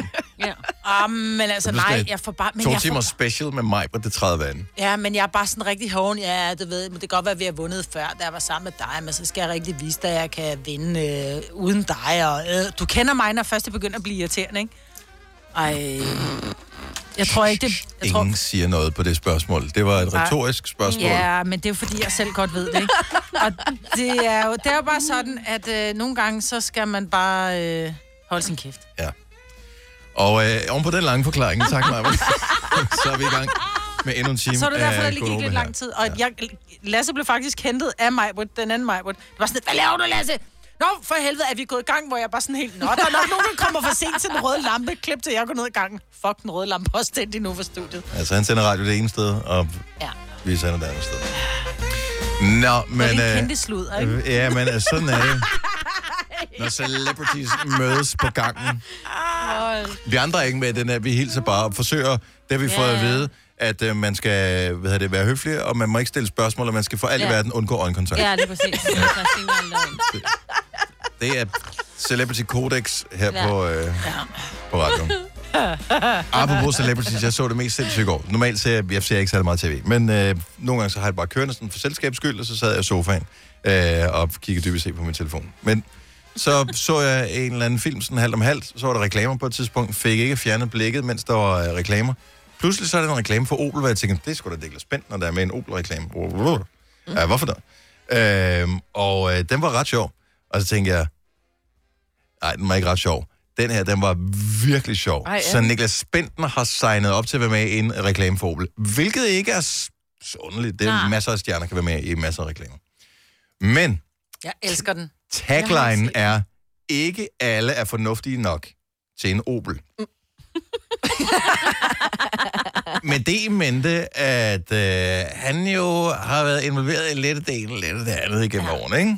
Ah, men altså,
Det bliver
nej,
sådan
jeg får bare... Men
To
jeg
timer
får,
special med mig på det 30 vand.
ja, men jeg er bare sådan rigtig hård. Ja, det ved jeg, men det kan godt være, at vi har vundet før, da jeg var sammen med dig, men så skal jeg rigtig vise dig, at jeg kan vinde øh, uden dig. Og, øh, du kender mig, når først det begynder at blive irriterende, ikke? Ej, jeg tror ikke, det... Jeg tror,
Ingen siger noget på det spørgsmål. Det var et
Nej.
retorisk spørgsmål.
Ja, men det er jo fordi, jeg selv godt ved det, ikke? Og det er jo, det er jo bare sådan, at øh, nogle gange, så skal man bare øh, holde sin kæft.
Og øh, oven på den lange forklaring, tak Maja, så er vi i gang med endnu en time.
Så er det derfor,
af
der lige gik
Gonova
lidt
her.
lang tid. Og ja. jeg, Lasse blev faktisk hentet af mig, den anden mig. Det var sådan, hvad laver du, Lasse? Nå, for helvede er vi gået i gang, hvor jeg bare sådan helt, nå, der er nok nogen, der kommer for sent til den røde lampe. Klip til, jeg går ned i gangen. Fuck, den røde lampe er også tændt endnu for studiet.
Altså, han sender radio det ene sted, og
Ja.
vi sender det andet sted. Nå, men...
det er
øh,
en kendte sludder, ikke?
øh, Ja, men øh, sådan er det. Når celebrities mødes på gangen. Vi andre er ikke med i den her, vi hilser bare og forsøger, det har vi fået at vide, at øh, man skal hvad hedder det, være høflig, og man må ikke stille spørgsmål, og man skal for alt i
Ja.
verden undgå øjenkontakt.
Ja, det er præcis. Jeg tager fingeren derhen.
Det er Celebrity Codex her
Ja.
på, øh, på radioen. Apropos celebrities, jeg så det mest sindssygt i går. Normalt ser jeg, jeg ser ikke særlig meget tv, men øh, nogle gange så har jeg det bare kørende sådan for selskabs skyld, og så sad jeg i sofaen øh, og kiggede dybest set på min telefon. Men så så jeg en eller anden film sådan halvt om halvt, så var der reklamer på et tidspunkt, fik ikke fjernet blikket, mens der var øh, reklamer. Pludselig så er der en reklame for Opel, hvor jeg tænker, det skulle sgu da Niklas Bent, når der er med en Opel-reklame.
Mm.
Ja, hvorfor da? Øhm, og øh, den var ret sjov. Og så tænkte jeg, nej, den var ikke ret sjov. Den her, den var virkelig sjov.
Ej, ja.
Så Niklas Bentner har signet op til at være med i en reklame for Opel. Hvilket ikke er s- så underligt. Det er
Nej.
masser af stjerner, kan være med i masser af reklamer. Men
Jeg elsker den.
taglinen er, ikke alle er fornuftige nok til en Opel. Med det i mente, at øh, han jo har været involveret i lidt det ene, lidt det andet igennem ja. årene, ikke?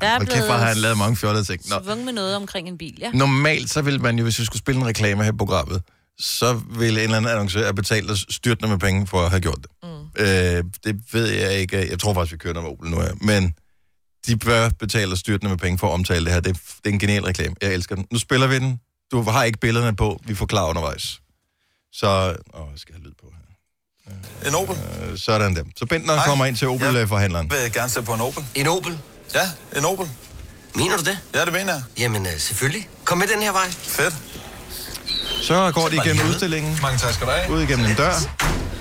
Der er
Hold kæft, hvor har han lavet
blevet
mange fjollede ting. Nå.
svunget med noget omkring en bil, ja.
Normalt så ville man jo, hvis vi skulle spille en reklame her i programmet, så ville en eller anden annoncør have betalt os styrtende med penge for at have gjort det. Mm. Øh, det ved jeg ikke. Jeg tror faktisk, vi kører noget med Opel nu her. Men de bør betale os styrtende med penge for at omtale det her. Det er, det er en genial reklame. Jeg elsker den. Nu spiller vi den. Du har ikke billederne på. Vi forklarer undervejs. Så... Åh, jeg skal have lyd på her. En Opel? Øh, sådan der. Så Bentner kommer ind til Opel-forhandleren.
Jeg vil gerne se på en Opel. En Opel? Ja, en Opel. Mener du det? Ja, det mener jeg. Jamen, øh, selvfølgelig. Kom med den her vej. Fedt.
Så går de
var
igennem
det
udstillingen.
Mange tak skal du have.
Ud igennem en dør.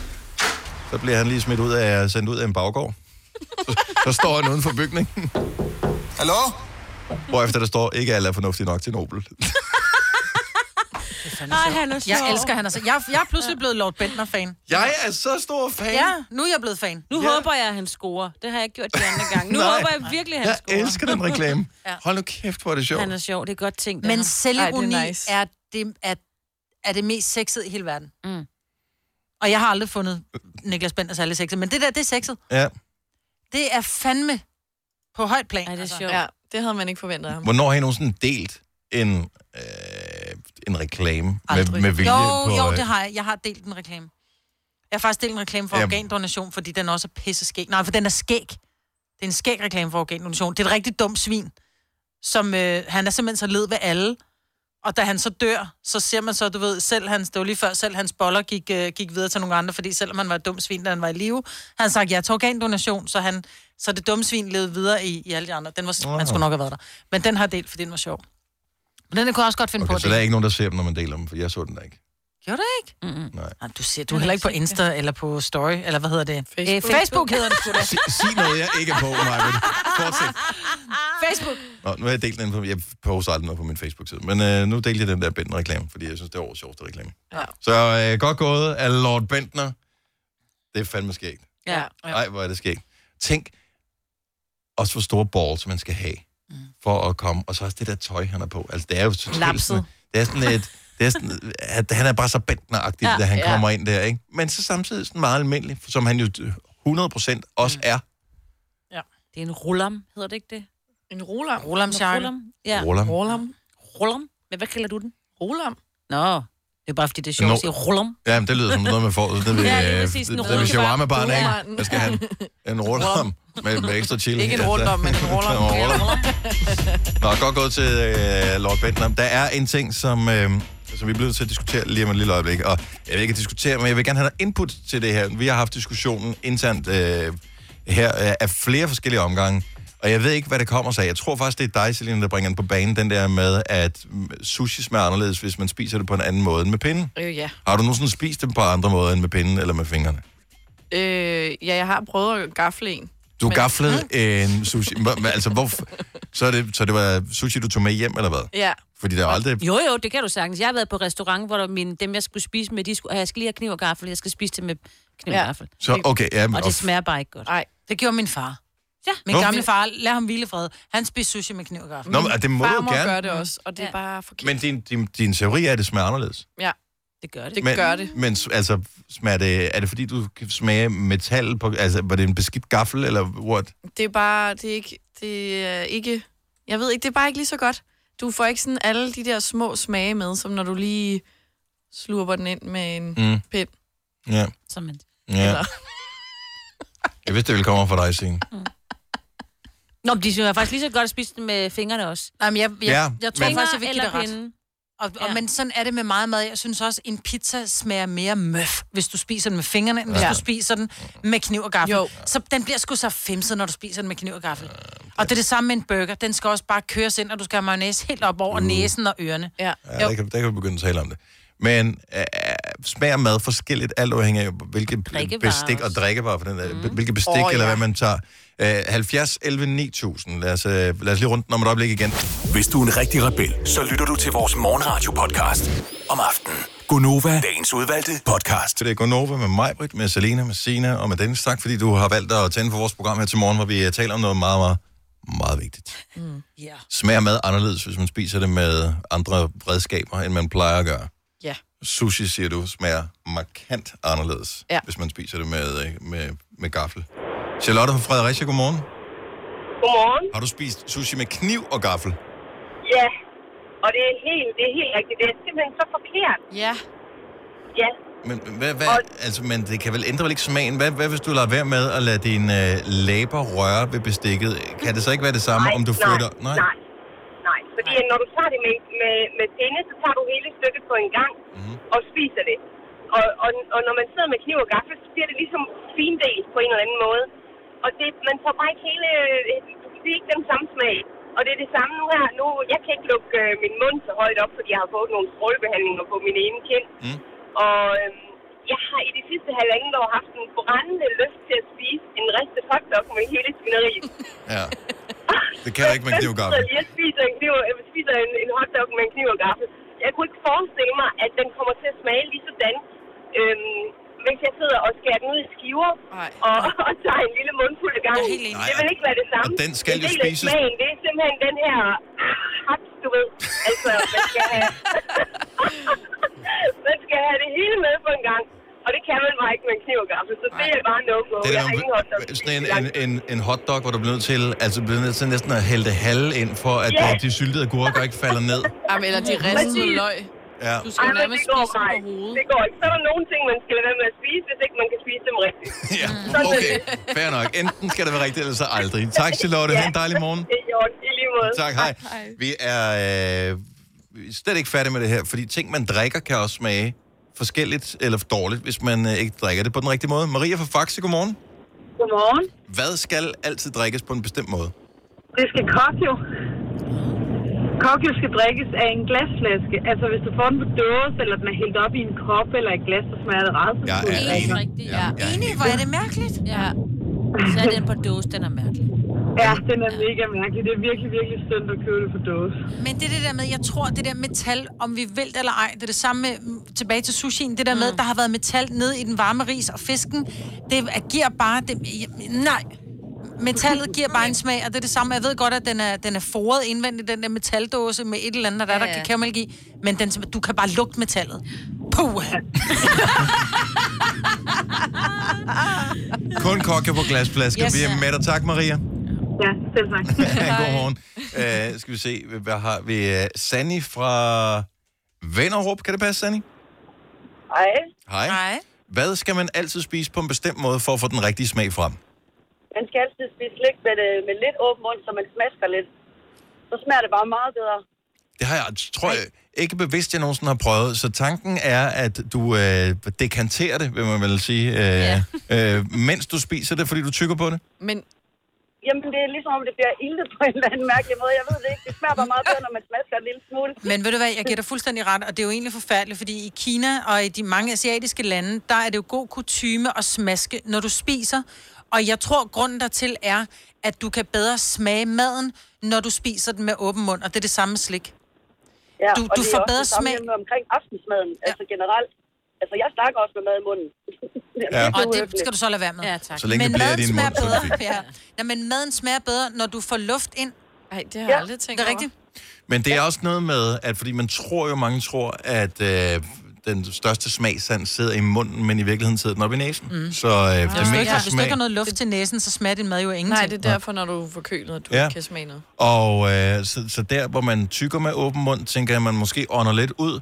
Så bliver han lige smidt ud af, sendt ud af en baggård. Så, så står han uden for bygningen. Hallo? Hvorefter der står, ikke alle er fornuftige nok til en Opel.
Nej, han er Jeg elsker han. Altså. Jeg, jeg er pludselig blevet Lord Bentner-fan.
Jeg er så stor fan.
Ja, nu er jeg blevet fan.
Nu håber jeg, at han scorer. Det har jeg ikke gjort de andre gange. Nu
Nej.
håber jeg virkelig, at han
Jeg
scorer.
elsker den reklame.
Ja.
Hold nu kæft, hvor er det sjovt.
Han er sjov, det er godt tænkt.
Men selvironi er, nice. er, det, er, er det mest sexede i hele verden. Mm. Og jeg har aldrig fundet Niklas Bender særlig sexet, men det der, det er sexet.
Ja.
Det er fandme på højt plan. Ej, det er altså.
sjovt. Ja, det havde man ikke forventet af ham.
Hvornår har I nogensinde delt en, øh, en reklame med,
Aldrig.
med vilje
jo,
på...
jo,
øh,
det har jeg. Jeg har delt en reklame. Jeg har faktisk delt en reklame for
Ja.
organdonation, fordi den også er pisse skæg. Nej, for den er skæg. Det er en skæg reklame for organdonation. Det er et rigtig dumt svin, som øh, han er simpelthen så led ved alle. Og da han så dør, så ser man så, du ved, selv hans, det var lige før, selv hans boller gik, øh, gik videre til nogle andre, fordi selvom han var et dumt svin, da han var i live, han sagde, ja, til organdonation, så, han, så det dumme svin levede videre i, i alle de andre. Den var,
Nå.
man skulle nok have været der. Men den har jeg delt, fordi den var sjov. Men den kunne jeg også godt finde
Okay,
på.
så
det.
der er ikke nogen, der ser dem, når man deler dem, for jeg så den da ikke.
Gjorde du ikke?
Mm. Nej.
Du, ser, du er heller ikke på Insta eller på Story, eller hvad hedder det? Facebook, øh, Facebook hedder det. sgu da.
Sig, sig noget, jeg ikke er på, Marvind. Fortsæt.
Facebook.
Nå, nu har jeg delt den, på- jeg poster aldrig noget på min Facebook-side, men øh, nu delte jeg den der Bentner-reklame, fordi jeg synes, det er årets sjoveste reklame.
Ja.
Så øh, godt gået af Lord Bentner. Det er fandme skægt.
Ja.
Nej, hvor er det skægt. Tænk også, hvor store balls man skal have for at komme, og så også det der tøj, han er på. Altså, det er jo totalt
Lapset.
sådan- Det er sådan et... Det er sådan, at han er bare så bentner-agtig,
Ja,
ja, da han
ja.
ja. kommer ind der, ikke? Men så samtidig sådan meget almindelig, som han jo 100% også er.
Ja.
Det er en rullam, hedder det ikke det?
En rullam?
Rullamsjakke. Ja.
Rullam.
Rullam.
Rullam. Men hvad kalder du den?
Rullam.
Nå, det er bare fordi, det er sjovt at sige rullam.
Ja, men det lyder som noget, man får. Det vil,
Ja,
ja,
lige
det
præcis. En
vil,
rulle-
vil shawarma barn
Rulleren.
af. Jeg skal have en, en rullam med, med ekstra chili.
Ikke en
Ja,
rullam,
der-
men en rullam.
der er Nå, godt gået til øh, Lord Bentner. Der er en ting, som, øh, som vi bliver nødt til at diskutere lige om et lille øjeblik. Og jeg vil ikke diskutere, men jeg vil gerne have noget input til det her. Vi har haft diskussionen internt øh, her øh, af flere forskellige omgange. Og jeg ved ikke, hvad det kommer sig af. Jeg tror faktisk, det er dig, Selina, der bringer den på banen, den der med, at mm, sushi smager anderledes, hvis man spiser det på en anden måde end med pinden.
Øh, ja.
Har du nogensinde spist dem på andre måder end med pinden eller med fingrene?
Øh, ja, jeg har prøvet at gafle en.
Du men... gaflede en sushi. Hva- hva- altså, hvorfor? Så, er det, så det var sushi, du tog med hjem, eller hvad?
Ja.
Fordi der er aldrig...
Jo, jo, det kan du sagtens. Jeg har været på restaurant, hvor der mine, dem, jeg skulle spise med, de skulle, "Ah, jeg skal lige have kniv og gaffel, jeg skal spise det med kniv og
Ja.
gaffel.
Så, okay, ja, men...
Og det smager bare ikke godt.
Nej.
Det gjorde min far.
Ja.
Min
Nå.
gamle far, lad ham hvile i fred. Han spiste sushi med kniv og gaffel.
Nå, men altså, det må du
Farmor
gerne.
gør det også, og det er bare forkert.
Men din, din, din teori er, at det smager anderledes.
Ja.
Det gør det.
men, Men s- altså, smager det, er det fordi, du kan smage metal på... Altså, var det en beskidt gaffel, eller what?
Det er bare, det er ikke, det er ikke, jeg ved ikke, det er bare ikke lige så godt. Du får ikke sådan alle de der små smage med, som når du lige slurper den ind med en
Mm.
mm. pind.
Ja.
Som en...
ja.
Eller-
Jeg vidste, det ville komme fra dig, Signe.
Nå, men de synes faktisk lige så godt at spise den med fingrene også.
Nej, Øh, men jeg, jeg,
Ja,
jeg tror
men-
faktisk, jeg vil give
Eller
dig ret.
pinde.
Og, og,
Ja.
Men sådan er det med meget mad. Jeg synes også, en pizza smager mere møf, hvis du spiser den med fingrene, end hvis
Ja.
du spiser den med kniv og gaffel. Jo. Så den bliver sgu så femset, når du spiser den med kniv og gaffel. Og det er det samme med en burger. Den skal også bare køres ind, og du skal have mayonnaise helt op over
Uh.
næsen og ørerne.
Ja.
Ja, der kan, der kan vi begynde at tale om det. Men øh, smager mad forskelligt, alt afhængig af, hvilket
Drikkevarer
bestik og
også.
drikkevarer for den der, mm. hvilket bestik
Åh,
oh,
ja.
ja. eller hvad man tager. Øh, 70, 11, 9000. Lad os, øh, lad os lige runde den om et øjeblik igen.
Hvis du er en rigtig rebel, så lytter du til vores morgenradio-podcast om aftenen. Gunova, dagens udvalgte podcast.
Det er Gonova med mig, Britt, med Selena, med Sina og med Dennis. Tak, fordi du har valgt at tænde for vores program her til morgen, hvor vi øh, taler om noget meget, meget, meget vigtigt.
Mm.
Yeah.
Smager mad anderledes, hvis man spiser det med andre redskaber, end man plejer at gøre.
Ja.
Sushi, siger du, smager markant anderledes,
Ja.
hvis man spiser det med, øh, med, med gaffel. Charlotte fra Fredericia, godmorgen.
Godmorgen.
Har du spist sushi med kniv og gaffel?
Ja, og det er helt, det er helt rigtigt. Det er simpelthen så forkert.
Ja.
Ja,
Men, hvad, hvad, altså, men det kan vel ændre vel ikke smagen? Hvad, hvad hvis du lader være med at lade dine øh, læber røre ved bestikket? Kan det så ikke være det samme, om du flytter...
nej, nej, nej. Fordi når du tager det med, med, med tænde, så tager du hele stykket på en gang
Mhm.
mm. og spiser det. Og, og, og når man sidder med kniv og gaffel, så bliver det ligesom findelt på en eller anden måde. Og det, man får bare ikke hele... Det er ikke den samme smag. Og det er det samme nu her. Nu, jeg kan ikke lukke øh, min mund så højt op, fordi jeg har fået nogle strålebehandlinger på min ene kind.
Mm.
Og øhm, jeg har i de sidste halvandet år haft en brændende lyst til at spise en ristet hotdog med hele svineriet.
Ja. Det kan du ikke med kniv og gaffel.
Så jeg spiser en, kniv, jeg spiser en, en hotdog med en kniv og gaffel. Jeg kunne ikke forestille mig, at den kommer til at smage lige sådan, øhm, hvis jeg sidder og skærer den ud i skiver og, og tager en lille mundfuld af gangen. Det vil ikke være det samme.
og den skal
en
jo
del af
spises-
Smagen, det er simpelthen den her haps, du ved. Altså, man skal have, man skal have det hele med på en gang. Og det kan man bare ikke med en kniv og gaffel, så det er bare no-go.
Det er det,
Jeg har
man-
ingen hotdog.
Sådan en, en, en, en hotdog, hvor du bliver nødt til, altså bliver nødt til næsten at hælde det halve ind, for at
Ja.
yeah. de syltede agurker ikke falder ned.
Jamen, eller de ristede
Præcis.
løg.
Ja.
Du skal
Ej, men
nærmest
det går
spise dem
bare
på
ikke.
hovedet.
Det går ikke. Så er der nogle ting, man skal lade være med at spise, hvis ikke man kan spise dem rigtigt.
ja,
Sådan er
okay.
det.
Fair nok. Enten skal det være rigtigt, eller så aldrig. Tak, Charlotte. Ha' en dejlig morgen.
Det er i orden. I lige måde.
Tak, hej. Vi er øh, slet ikke færdige med det her, fordi ting, man drikker, kan også smage forskelligt eller dårligt, hvis man øh, ikke drikker det på den rigtige måde. Maria fra Faxe, godmorgen.
Godmorgen.
Hvad skal altid drikkes på en bestemt måde?
Det skal kokke jo. Kokke jo skal drikkes af en glasflaske. Altså, hvis du får den på dåse, eller den er hældt op i en kop eller et glas, så smager det ret.
Jeg er enig.
Ja.
Enig, hvor er det mærkeligt.
Ja. Så er den på dåse, den er mærkelig.
Ja, den er mega mærkelig. Det er virkelig, virkelig synd at købe det på dåse.
Men det er det der med, jeg tror, det der metal, om vi vil det eller ej, det er det samme med, mm, tilbage til sushien, det der
Mm.
med, der har været metal nede i den varme ris og fisken, det giver bare, det, nej, metallet giver bare en smag, og det er det samme. Jeg ved godt, at den er, den er foret indvendigt, den der metaldåse med et eller andet, der, er
Ja,
der ja,
ja.
ja. kan i, men den, du kan bare lugte metallet. Puh!
Kun kokke på glasflasker.
Yes.
Yes. Vi er med dig. Tak, Maria.
Ja, selv tak.
Godmorgen. Uh, skal vi se, hvad har vi? Uh, Sanni fra Vennerup. Kan det passe, Sanni?
Hej.
Hej. Hej. Hvad skal man altid spise på en bestemt måde for at få den rigtige smag frem?
Man skal altid spise slik med, øh, med lidt åben mund, så man smasker lidt. Så smager det bare meget bedre.
Det har jeg, tror jeg, ikke bevidst, jeg nogensinde har prøvet. Så tanken er, at du øh, dekanterer det, vil man vel sige, øh, ja. øh, mens du spiser det, fordi du tykker på det.
Men...
Jamen, det er ligesom, om det bliver iltet på en eller anden mærkelig måde. Jeg ved det ikke. Det smager bare meget bedre, når man smasker en lille smule.
Men ved du hvad, jeg giver dig fuldstændig ret, og det er jo egentlig forfærdeligt, fordi i Kina og i de mange asiatiske lande, der er det jo god kutyme at smaske, når du spiser. Og jeg tror, grunden dertil er, at du kan bedre smage maden, når du spiser den med åben mund, og det er det samme med slik.
Ja,
Du-
og
du
det
får
er også
bedre
det samme
smag.
hjemme omkring aftensmaden, ja. altså generelt. Altså, jeg snakker også med mad i munden.
Ja. Og det skal du så lade være med. Ja, tak.
Så længe det bliver i din mund, så er det
bedre. Ja. Ja, men maden smager bedre, når du får luft ind.
Nej, det har jeg aldrig tænkt
Det er rigtigt.
Men det er også noget med, at fordi man tror jo, mange tror, at øh, den største smagsand sidder i munden, men i virkeligheden sidder den op i næsen. Mm. Så øh, ja.
Hvis du,
det
ikke
meste
har, hvis du ikke
smag...
har noget luft til næsen, så smager din mad jo ingenting.
Nej, det er derfor, når du er forkølet, at du
Ja.
ja. kan smage noget.
Og øh, så, så der, hvor man tykker med åben mund, tænker jeg, at man måske ånder lidt ud,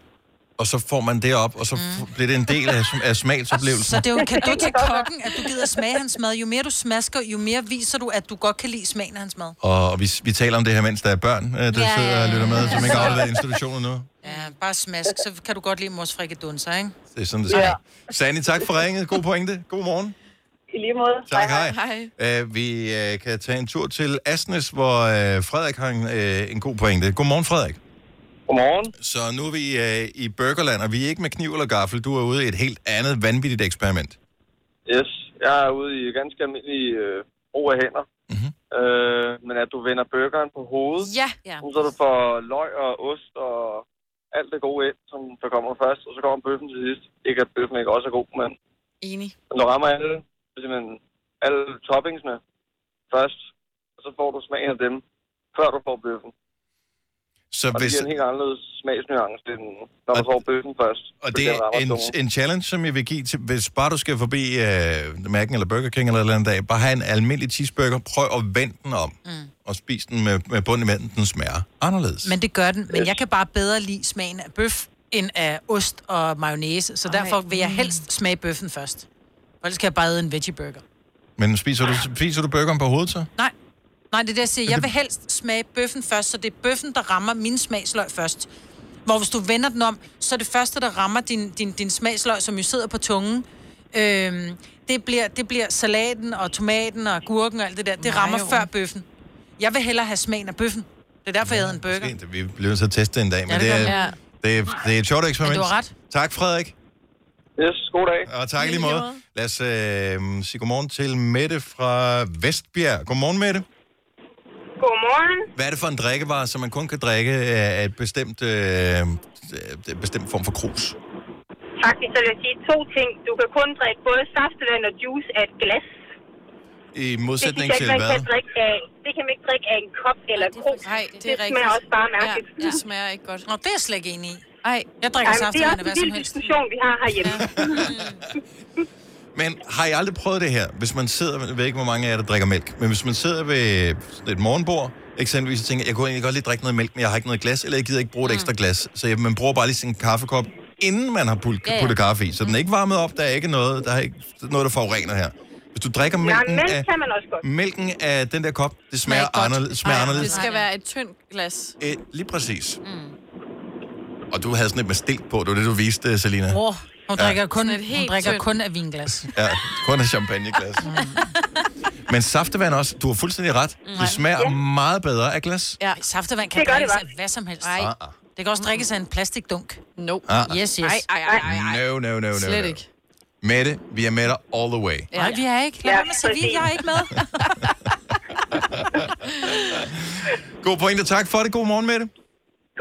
og så får man det op, og så mm. bliver det en del af, af smagsoplevelsen.
Så det er jo en kado til kokken, at du gider smage hans mad. Jo mere du smasker, jo mere viser du, at du godt kan lide smagen af hans mad.
Og vi, vi taler om det her, mens der er børn, øh, der
Ja,
ja,
ja,
sidder og lytter med, som ikke har afleveret i institutionen nu.
Ja, bare smask, så kan du godt lide mors frikadunser, ikke?
Det er sådan, det skal. Ja. Sandy, tak for ringet. God pointe. God morgen.
I lige måde.
Tak, hej. Uh, vi uh, kan tage en tur til Asnes, hvor uh, Frederik har en, uh, en god pointe. Godmorgen, Frederik.
Godmorgen.
Så nu er vi uh, i Burgerland, og vi er ikke med kniv eller gaffel. Du er ude i et helt andet vanvittigt eksperiment.
Yes, jeg er ude i ganske almindelig øh, brug af hænder.
Mhm.
Mm-hmm. Øh, men at du vender burgeren på hovedet,
Ja.
ja.
så du får løg og ost og alt det gode ind, som der kommer først, og så kommer bøffen til sidst. Ikke at bøffen ikke også er god, men
Enig.
når du rammer alle, simpelthen alle toppingsene først, og så får du smagen af dem, før du får bøffen.
Så
og
hvis-
det giver en helt anderledes smagsnuance, end når du får bøffen først.
Og
fordi
det
den rammer
er en,
tungen.
en challenge, som jeg vil give til, hvis bare du skal forbi uh, Mac'en eller Burger King eller et eller andet dag, bare have en almindelig cheeseburger, prøv at vende den om, mm. og spis den med, med bunden i vandet, den smager anderledes.
Men det gør den. Men jeg kan bare bedre lide smagen af bøf, end af ost og mayonnaise. Så derfor vil jeg helst smage bøffen først. For ellers kan jeg bare æde en veggieburger.
Men spiser du, spiser du burgeren på hovedet så?
Nej. Nej, det er det, jeg siger. Jeg vil helst smage bøffen først, så det er bøffen, der rammer min smagsløg først. Hvor hvis du vender den om, så er det første, der rammer din, din, din smagsløg, som jo sidder på tungen, øhm, det, bliver, det bliver salaten og tomaten og gurken og alt det der. Det rammer
Mayoen.
før bøffen. Jeg vil hellere have smagen af bøffen. Det er derfor, jeg æder en burger.
Vi bliver nødt til at teste det en dag, men
Ja,
ja,
det gør
det,
vi.
er,
Ja.
det, er, det er et sjovt eksperiment.
Men du har ret.
Tak, Frederik.
Yes, god dag.
Og tak i lige måde. Lad os øh, sige godmorgen til Mette fra Vestbjerg. Godmorgen, Mette.
Godmorgen.
Hvad er det for en drikkevare, som man kun kan drikke øh, af et bestemt, øh, øh, bestemt form for krus?
Faktisk så vil jeg sige to ting. Du kan kun drikke både saftevand og juice af et glas.
I
Det synes
modsætning
jeg
til
ikke, man
hvad?
kan drikke af. Det kan man ikke drikke af en kop eller en krog. Nej,
Det er rigtigt.
smager også bare mærkeligt.
Ja, det smager ikke godt.
Nå, det er jeg slet ikke enig i.
Ej,
jeg drikker
Ej, men Det er
saftevand af
også
hvad
en
som
vild
helst.
diskussion, vi har herhjemme.
Men har I aldrig prøvet det her? Hvis man sidder, jeg ved ikke, hvor mange af jer, der drikker mælk, men hvis man sidder ved sådan et morgenbord, eksempelvis, og tænker, jeg kunne egentlig godt lige drikke noget mælk, men jeg har ikke noget glas, eller jeg gider ikke bruge et ekstra glas. Så jeg, man bruger bare lige sin kaffekop, inden man har puttet,
Ja, ja.
puttet kaffe i. Så den er ikke varmet op, der er ikke noget, der er ikke noget, der forurener her. Hvis du drikker
Ja,
mælken,
mælk
af,
kan man også godt.
mælken af den der kop, det smager, anderledes. Smager anderledes.
Det skal være et tyndt glas.
Øh, lige præcis.
Mm.
Og du havde sådan et med stilk på, det var det, du viste, Selina.
Bror, hun
Ja.
drikker, kun,
Sådan et
hun
helt
drikker
tyndt.
kun af vinglas.
Ja, kun af champagneglas. Men saftevand også, du har fuldstændig ret. Det smager
Ja.
meget bedre af glas.
Ja, saftevand kan
Det gør det
drikkes af
bare.
hvad som helst.
Ah,
Nej.
ah.
Det kan også drikkes af en plastikdunk.
No.
Ah, ah.
Yes, yes.
Ej, ej, ej, ej.
No, no, no, no.
Slet
no.
ikke.
Mette, vi er med dig all the way.
Ja. Nej, vi er ikke. Lad
Ja,
ja, mig sige, vi
præcis.
jeg er ikke med.
God pointe, tak for det. God morgen, Mette.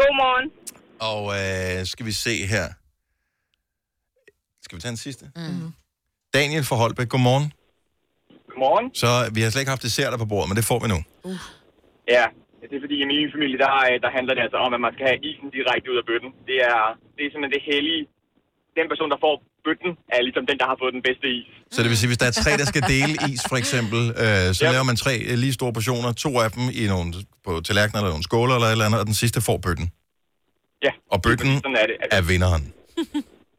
Godmorgen.
Og øh, skal vi se her. Skal vi tage en sidste? Mm. Daniel fra Holbæk, godmorgen.
Godmorgen.
Så vi har slet ikke haft desserter på bordet, men det får vi nu.
Ja, det er fordi i min familie, der, øh, der handler det altså om, at man skal have isen direkte ud af bøtten. Det er, det er simpelthen det hellige. Den person, der får bøtten, er ligesom den, der har fået den bedste is.
Så det vil sige, hvis der er tre, der skal dele is, for eksempel, øh, så laver man tre øh, lige store portioner, to af dem i nogle, på tallerkener eller nogle skåler eller et eller andet, og den sidste får bøtten.
Ja.
Og bøtten
Sådan er det.
er vinderen.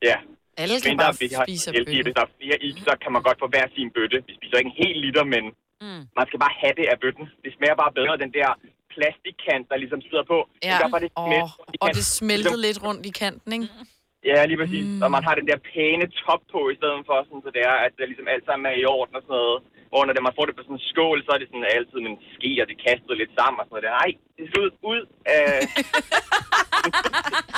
Ja.
Alle
kan bare spise bøtte. Hvis der er flere is, så kan man godt få hver sin bøtte. Vi spiser ikke en hel liter, men mm. man skal bare have det af bøtten. Det smager bare bedre, den der plastikkant, der ligesom sidder på.
Ja,
Det gør bare det
og,
smelter i
og
kanten.
det
Ligesom-
smeltede lidt rundt i kanten, ikke?
Ja, lige præcis. Mm. Og man har den der pæne top på, i stedet for, sådan, så det er, at det ligesom alt sammen er i orden og sådan noget. Hvor når det, man får det på sådan en skål, så er det sådan altid med en ske, og det kaster lidt sammen og sådan noget. Nej, det skal ud, ud af...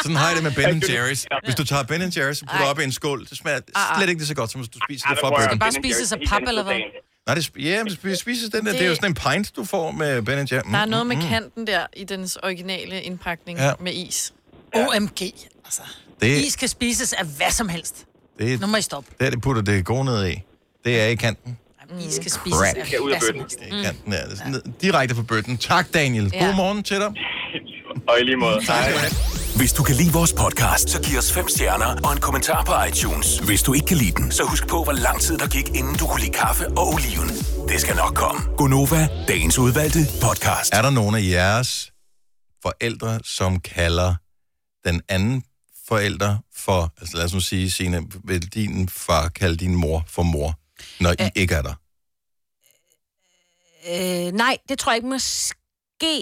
Sådan har jeg det med Ben Jerry's. Hvis du tager Ben Jerry's og putter op i en skål, det smager
Ah, ah.
slet ikke lige så godt, som hvis du spiser
Ej,
det
der
fra
prøver jeg
bøtten.
Ben Bare spises Jerry's af helt pap, andet eller hvad? dagen.
Nej, det, sp- ja, men det spises den der. Det... er jo sådan en pint, du får med Ben Mm-hmm. Jerry's.
Der er noget med kanten der i dens originale indpakning
Ja.
ja. med is.
OMG, altså.
Det-
Is kan spises af hvad som helst.
Det,
Nu må I stoppe.
Det er det, putter det gode ned i. Det er i kanten.
Mm.
Mm.
Is kan spises
Crack.
af
Det er ud af
hvad som helst.
bøtten. Det er i kanten, ja. Det er sådan ned- direkte fra bøtten. Tak, Daniel. God morgen til dig.
Og i lige måde.
Tak skal du have.
Hvis du kan lide vores podcast, så giv os fem stjerner og en kommentar på iTunes. Hvis du ikke kan lide den, så husk på, hvor lang tid der gik, inden du kunne lide kaffe og oliven. Det skal nok komme.
Gonova, dagens udvalgte podcast. Er der nogen af jeres forældre, som kalder den anden forælder for, altså lad os nu sige, Signe, vil din far kalde din mor for mor, når I ikke er der?
Øh, nej, det tror jeg ikke måske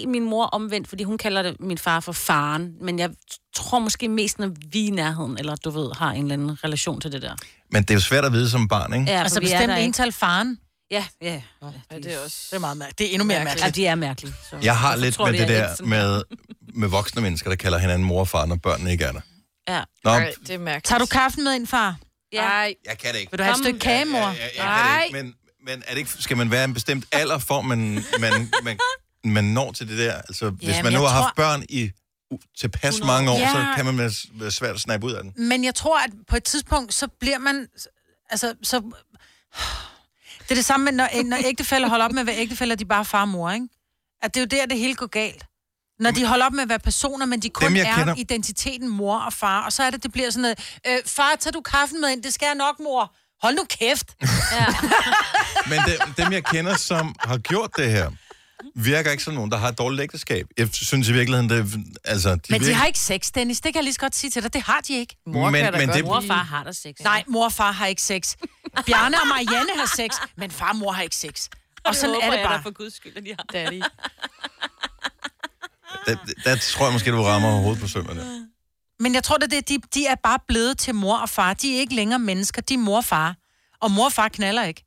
min mor omvendt, fordi hun kalder det min far for faren. Men jeg tror måske mest, når vi er i nærheden, eller du ved, har en eller anden relation til det der.
Men det er jo svært at vide som barn, ikke?
Ja,
Altså
for vi er
bestemt
der ikke.
ental faren.
Ja, ja.
ja det er også det er meget mærkeligt. Det er endnu mere mærkeligt.
Ja, de er mærkelige. Så.
Jeg har
Hvorfor
lidt
tror
med
vi,
det
jeg er
der
lidt sådan-
med, med voksne mennesker, der kalder hinanden mor og far, når børnene ikke er der.
Ja.
Nå.
Ej, det er mærkeligt.
Mm. Tager du kaffen med ind, far?
Ja.
Ej.
Jeg kan det ikke.
Vil du have et
Kom.
stykke kage, mor?
Ja, ja,
Jeg kan det ikke, men, men er det ikke, skal man være en bestemt alder, for man, man, man, man når til det der? Altså, hvis
men
man nu
jeg
har haft
tror-
børn i u- tilpas mange år, så
Ja.
kan man være s- være svært at snappe ud af den.
Men jeg tror, at på et tidspunkt, så bliver man... Altså, så... Det er det samme med, når, når ægtefælder holder op med at være ægtefælder, de er bare far og mor, ikke? At det er jo der, det hele går galt. Når de holder op med at være personer, men de kun
Dem, jeg
er
kender-
identiteten mor og far, og så er det, det bliver sådan noget, øh, far, tager du kaffen med ind? Det skal jeg nok, mor. Hold nu kæft.
Men de, dem, jeg kender, som har gjort det her, virker ikke som nogen, der har et dårligt ægteskab. Jeg synes i virkeligheden, det, altså, de
Men de
virker-
har ikke sex, Dennis. Det kan jeg lige så godt sige til dig. Det har de ikke.
Mor Men- kan da men godt det-
Mor og far har der sex.
Nej, mor og far har ikke sex. Bjarne og Marianne har sex, men far og mor har ikke sex. Og sådan
håber
er det
jeg da
bare.
for guds skyld, at de har.
Daddy.
der, der tror jeg måske, du rammer hovedet på sømmerne.
Men jeg tror, det er det, de, de er bare blevet til mor og far. De er ikke længere mennesker, de er mor og far. Og mor og far knaller ikke.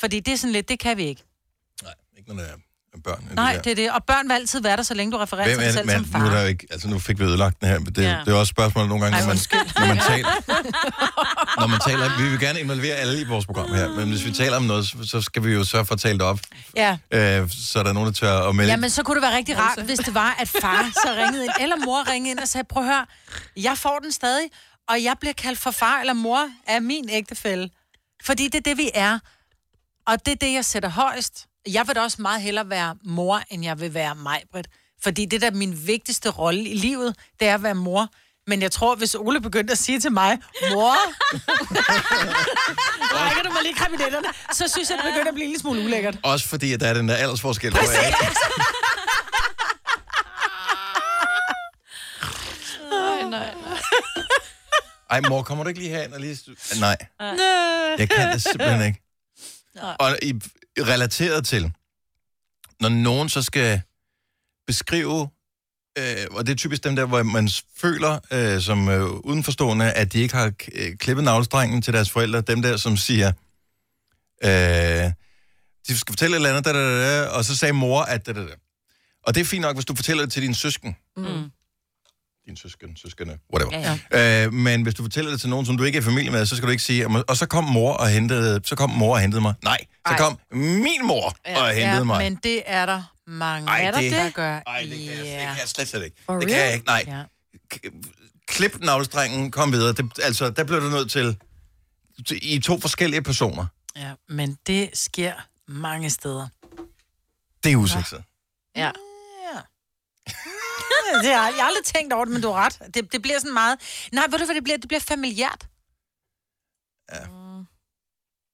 Fordi det er sådan lidt, det kan vi ikke.
Ikke når det er børn. eller
Nej,
der.
det er det. Og børn vil altid være der, så længe du refererer til
Hvem
dig
er
selv
det,
man, som far.
man, nu, er der jo ikke, altså, nu fik vi ødelagt den her, men det,
Ja.
ja. det er også et spørgsmål nogle gange, når man, når man taler. når man taler, vi vil gerne involvere alle i vores program her, men hvis vi taler om noget, så- så skal vi jo sørge for at tale det op,
Ja.
øh, så der er nogen, der tør at melde.
Ja, men så kunne det være rigtig rart, hvis det var, at far så ringede ind, eller mor ringede ind og sagde, prøv at høre, jeg får den stadig, og jeg bliver kaldt for far eller mor af min ægtefælle. Fordi det er det, vi er. Og det er det, jeg sætter højst. Jeg vil da også meget hellere være mor, end jeg vil være mig, Britt. Fordi det, der er min vigtigste rolle i livet, det er at være mor. Men jeg tror, hvis Ole begyndte at sige til mig, mor, rækker du mig lige krabinetterne, så synes jeg, det begynder at blive en lille smule ulækkert.
Også fordi, at der er den der aldersforskel. hvor jeg
Præcis.
Nej, nej.
Ej, mor, kommer du ikke lige herind og lige... stu- Nej, jeg kan det simpelthen ikke.
Nej.
Og i, relateret til, når nogen så skal beskrive, øh, og det er typisk dem der, hvor man s- føler øh, som øh, udenforstående, at de ikke har k- øh, klippet navlestrengen til deres forældre, dem der, som siger, øh, de skal fortælle et eller andet, da, da, da, da, og så sagde mor, at da, da, da. Og det er fint nok, hvis du fortæller det til dine søsken.
Mm.
Din søsken, søskende, whatever. Øh, men hvis du fortæller det til nogen, som du ikke er i familie med, så skal du ikke sige, "Jamen, og så kom mor og hentede, så kom mor og hentede mig. Nej, så
Ej.
kom min mor og hentede
ja,
mig.
men det er der mange,
Ej,
er der
det-
det? der gør.
Ej, det kan, jeg, det kan jeg slet, slet ikke.
For
det kan jeg
real?
ikke, nej.
Ja.
K- Klip navlestrengen, kom videre. Det, altså, der blev du nødt til, til- i to forskellige personer.
Ja, men det sker mange steder.
Det er usikset.
Ja.
ja. det har, jeg har aldrig tænkt over det, men du har ret. Det, det bliver sådan meget... Nej, ved du hvad det bliver? Det bliver familiært. Mm.
Ja.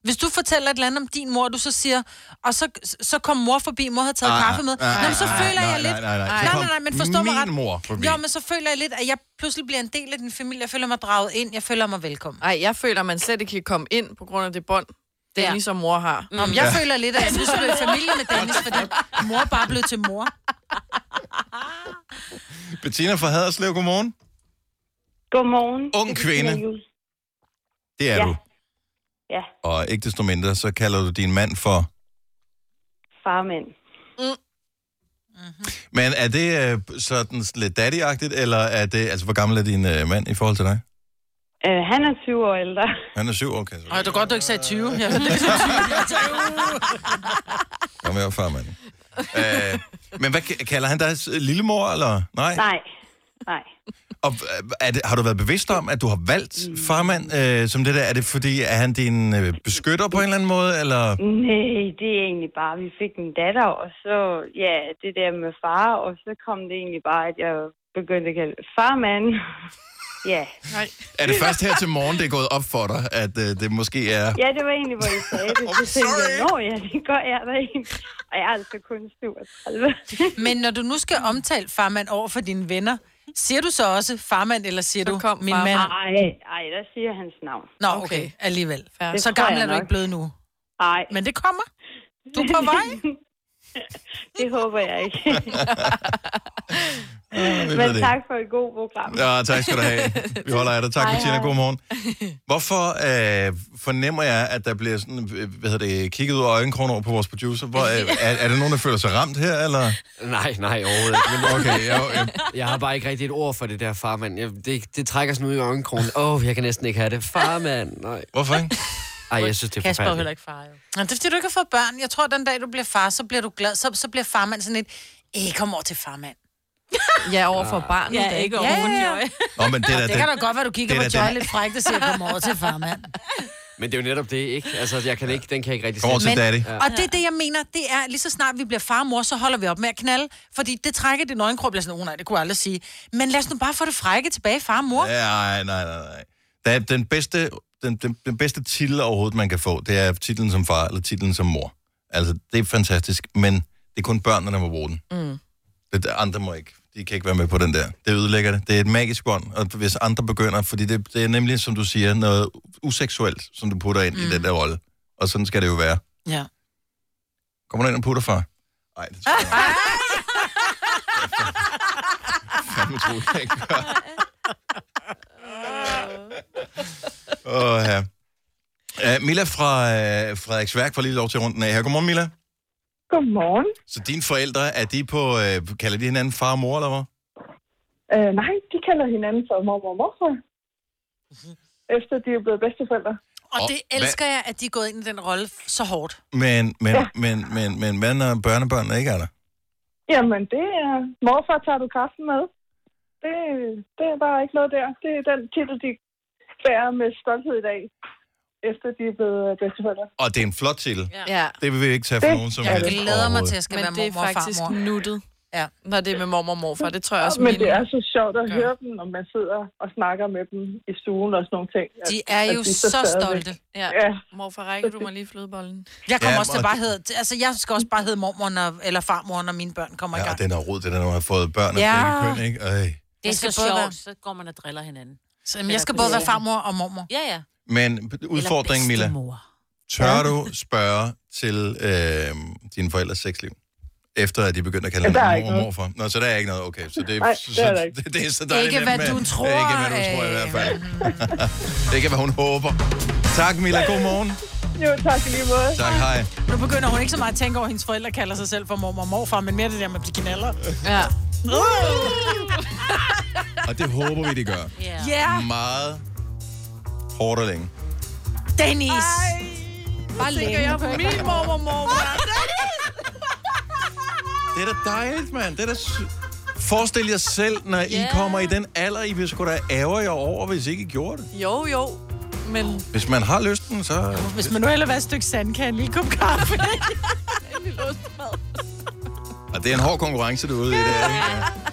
Hvis du fortæller et eller andet om din mor, og du så siger, og så, så kom mor forbi, mor havde taget
Ej,
kaffe med,
ej, ej,
Nå, men så
ej,
føler
Ah, nej,
jeg
nej,
lidt...
nej, nej. Så
nej,
kom
nej, nej, men forstå mig
min
ret.
mor forbi.
Jo, men så føler jeg lidt, at jeg pludselig bliver en del af din familie. Jeg føler mig draget ind. Jeg føler mig velkommen.
Ej, jeg føler, man slet ikke kan komme ind på grund af det bånd, det er ja. som mor har.
Nå, men jeg ja. føler lidt, at jeg nu skal være i familie med Dennis, fordi mor bare blev til mor.
Bettina fra Haderslev, godmorgen.
Godmorgen.
Ung kvinde. Det er
Ja.
du.
Ja,
Og ikke desto mindre, så kalder du din mand for...
farmand. Mm.
Men er det øh, sådan lidt daddy eller er det... Altså, hvor gammel er din øh, mand i forhold til dig?
Øh, han er 20 år ældre.
Han er syv år, kan jeg
Ej, det er godt, du ikke sagde 20. Jeg hørte ikke sagde 20. Jeg sagde, uh.
Kom her, farmand. øh, men hvad ka- kalder han dig? s- Lillemor, eller? Nej.
Nej, nej.
Og øh, er det, har du været bevidst om, at du har valgt farmand øh, som det der? Er det fordi, er han din øh, beskytter på en eller anden måde, eller...
Nej, det er egentlig bare, vi fik en datter, og så, ja, det der med far, og så kom det egentlig bare, at jeg begyndte at kalde farmand. ja. Nej.
Er det først her til morgen, det er gået op for dig, at øh, det måske er...
Ja, det var egentlig, hvor I sagde
Oh,
det. Så tænkte jeg, nå ja, det gør jeg da egentlig. Og jeg er altså kun 37.
Men når du nu skal omtale farmand over for dine venner, siger du så også farmand, eller siger du min mand?
Ej, ej, der siger hans navn.
Nå, okay, alligevel.
Det
Så
tror
gammel
jeg
er du
nok.
ikke blevet nu.
Nej.
Men det kommer. Du er på vej.
Det håber jeg ikke.
Ah, ved
Men
det.
tak for et godt program.
Ja, tak skal du have. Vi holder af dig. Tak,
Hej,
Bettina.
hej.
God morgen. Hvorfor øh, fornemmer jeg, at der bliver sådan, øh, hvad hedder det, kigget ud af øjenkrogen over på vores producer? Hvor, øh, er, er det nogen, der føler sig ramt her, eller?
Nej, nej, overhovedet ikke. Men
Okay, jeg, jeg,
jeg har bare ikke rigtig et ord for det der farmand. Jeg, det, det trækker sådan ud i øjenkrogen. Åh, oh, jeg kan næsten ikke have det. Farmand, nej.
Hvorfor ikke?
Ej, jeg synes, det er
Kasper er jo heller
forfærdeligt.
ikke far, jo. Nå, det er fordi, du ikke har fået børn. Jeg tror, den dag, du bliver far, så bliver du glad. Så, så bliver farmand sådan et, æh, kom over til farmand.
Ja, over for barnet.
Ja,
da
ikke over for
ja,
Joy.
Nå, men det,
Det,
der,
det, kan da godt være, du kigger
det
på
er da
Joy
den-
lidt frækt og siger, kom over til farmand.
Men det er jo netop det, ikke? Altså, jeg kan ikke, den kan jeg ikke rigtig
Kom over til
slippe.
daddy.
Ja.
Og det er det, jeg mener, det er, lige så snart vi bliver far og mor, så holder vi op med at knalde, fordi det trækker det nøgenkrop, bliver sådan, oh, nej, det kunne jeg aldrig sige. Men lad os nu bare få det frække tilbage, far og mor.
Nej, nej, nej, nej. Der er den bedste, den, den, den bedste titel overhovedet, man kan få, det er titlen som far eller titlen som mor. Altså, det er fantastisk, men det er kun børnene, der må bruge den.
Mm.
Det, andre må ikke. De kan ikke være med på den der. Det ødelægger det. Det er et magisk bånd, og hvis andre begynder, fordi det, det er nemlig, som du siger, noget useksuelt, som du putter ind mm. i den der rolle. Og sådan skal det jo være.
Ja.
Kommer du ind og putter far? Nej, det tror jeg ikke. Fandme troede jeg ikke. Åh, ja. Uh, Milla fra uh, Frederiks Værk får lige lov til runden af her. Godmorgen, Milla.
Godmorgen.
Så dine forældre, er de på, uh, kalder de hinanden far og mor, eller hvad?
Øh, nej, de kalder hinanden for mormor og morfar.
Mhm.
Efter de er blevet bedsteforældre.
Og
Og
det
hvad-
elsker jeg, at de er gået ind i den rolle så hårdt.
Men, men,
Ja.
ja. men, men, men, hvad når børnebørnene ikke er der?
Jamen, det er... Morfar tager du kaffen med. Det, det er bare ikke noget der. Det er den titel, de bærer med stolthed i dag. Efter de er blevet øh, bedsteforældre.
Og det er en flot titel.
Ja.
Det vil vi ikke tage for nogen som
Jeg
helst
glæder mig til
overhovedet.
skal Men være det er faktisk nuttet.
Ja.
Når det er med mormor og morfar, det tror jeg også,
Men
mine-
det er så sjovt at høre dem, når man sidder og snakker med dem i stuen og sådan nogle ting. at-
De er
at
jo
står
så
stadigvæk-
stolte.
Ja.
ja.
Morfar, rækker du mig lige flødebollen?
Jeg kommer
Ja,
ja, også til
og-
bare at hedde, altså jeg skal også bare hedde mormor, når, eller farmor, når mine børn kommer i
Ja,
gang.
og den er rod, det der, når man har fået børn af
Ja.
begge køn, ikke? Øj.
Det er
Jeg skal
så
både
sjovt,
være-
så går man og driller hinanden.
Så, jamen, jeg skal både være farmor og mormor.
Ja, ja.
Men udfordringen, Mila, tør du spørge til øh, dine forældres sexliv? Efter at de begyndte at kalde
Ja, der er
hinanden
ikke
mor og
noget.
morfar. Nå, så der er ikke noget. Okay, så det,
Nej,
så,
det er der ikke.
det, det er så
Det er
dejligt.
ikke,
nemt
hvad
med-
du tror, øh, mm.
Det er ikke, hvad du tror i hvert fald. det er ikke, hvad hun håber. Tak, Mila. God morgen.
Jo, tak i lige måde.
Tak, hej.
Nu begynder hun ikke så meget at tænke over, at hendes forældre kalder sig selv for mormor og morfar, men mere det der med at blive knaller.
Ja.
Og det håber vi, de gør.
Ja.
Meget hårdt og længe.
Dennis!
Bare
længe.
tænker jeg på min mormor og morfar.
Det er da dejligt, mand. Det er da sy- Forestil jer selv, når I
Ja.
kommer i den alder, I vil sgu da ærger jer over, hvis ikke I gjorde det.
Jo, jo. Men
Hvis man har lysten, så...
Hvis man nu hellere vil have et stykke sandkage, en lille kop kaffe.
Og det er en hård konkurrence, du er ude i det her, ikke?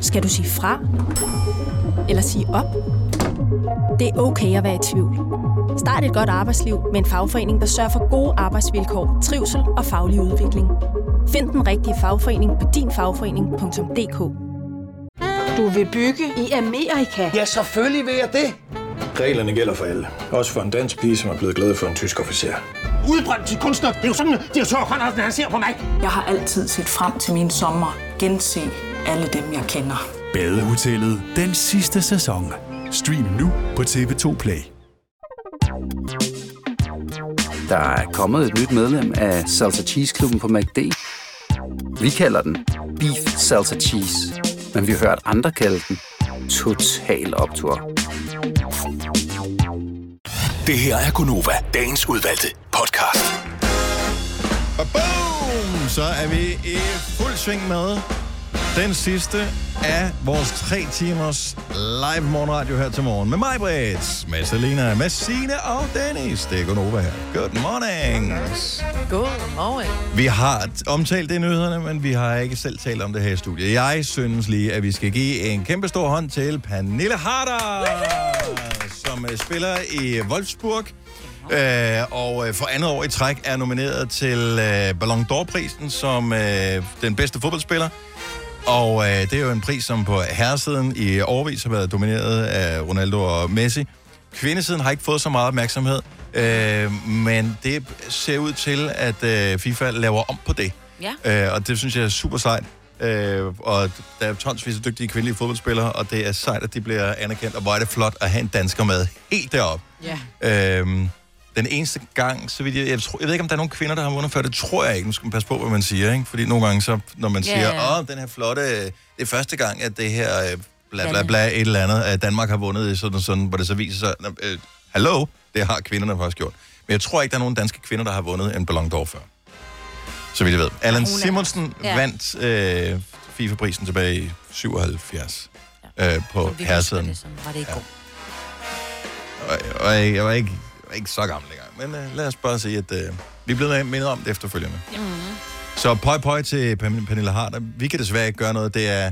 Skal du sige fra? Eller sige op? Det er okay at være i tvivl. Start et godt arbejdsliv med en fagforening, der sørger for gode arbejdsvilkår, trivsel og faglig udvikling. Find den rigtige fagforening på dinfagforening.dk Du vil bygge i Amerika? Ja, selvfølgelig vil jeg det.
Reglerne gælder for alle. Også for en dansk pige, som er blevet glad for en tysk officer.
Udbrændt til kunstner. Det er jo sådan, at de har tørt, han ser på mig.
Jeg har altid set frem til min sommer. Gense alle dem, jeg kender.
Badehotellet den sidste sæson. Stream nu på TV2 Play.
Der er kommet et nyt medlem af Salsa Cheese Klubben på MACD. Vi kalder den Beef Salsa Cheese, men vi har hørt andre kalde den Total Optor.
Det her er Gunova, dagens udvalgte podcast.
Boom! Så er vi i fuld sving med den sidste af vores tre timers live morgenradio her til morgen med mig, Brits, med Selina, med Signe og Dennis. Det er Gunova her. Good morning.
God morgen.
Vi har t- omtalt det i nyhederne, men vi har ikke selv talt om det her i studiet. Jeg synes lige, at vi skal give en kæmpe stor hånd til Pernille Harder, som øh, spiller i Wolfsburg. Øh, og øh, for andet år i træk er nomineret til øh, Ballon d'Or-prisen som øh, den bedste fodboldspiller. Og øh, det er jo en pris, som på herresiden i årvis har været domineret af Ronaldo og Messi. Kvindesiden har ikke fået så meget opmærksomhed, øh, men det ser ud til, at øh, FIFA laver om på det.
Ja.
Øh, og det synes jeg er super sejt. Øh, og der er tonsvis af dygtige kvindelige fodboldspillere, og det er sejt, at de bliver anerkendt. Og hvor er det flot at have en dansker med helt deroppe.
Ja.
Øhm, den eneste gang, så vidt jeg, jeg, tror, jeg ved ikke, om der er nogen kvinder, der har vundet før, det tror jeg ikke, nu skal man passe på, hvad man siger, ikke? Fordi nogle gange, så, når man
Ja,
yeah. siger,
ja.
åh, den her flotte, øh, det er første gang, at det her øh, bla bla bla, et eller andet, at Danmark har vundet i sådan og sådan, hvor det så viser sig, "Nå, øh, hallo, det har kvinderne faktisk gjort. Men jeg tror ikke, der er nogen danske kvinder, der har vundet en Ballon d'Or før. Så vidt jeg ved. Allan
Hun er-
Simonsen
Ja.
ja. vandt øh, FIFA-prisen tilbage i 77 ja. øh, på herresiden.
Var det ikke ja.
Og, og jeg, jeg, var ikke, jeg var ikke så gammel engang, men øh, lad os bare sige, at øh, vi er blevet mindet om det efterfølgende.
Mm.
Så pøj pøj til Pam- Pernille Harder. Vi kan desværre ikke gøre noget. Det er,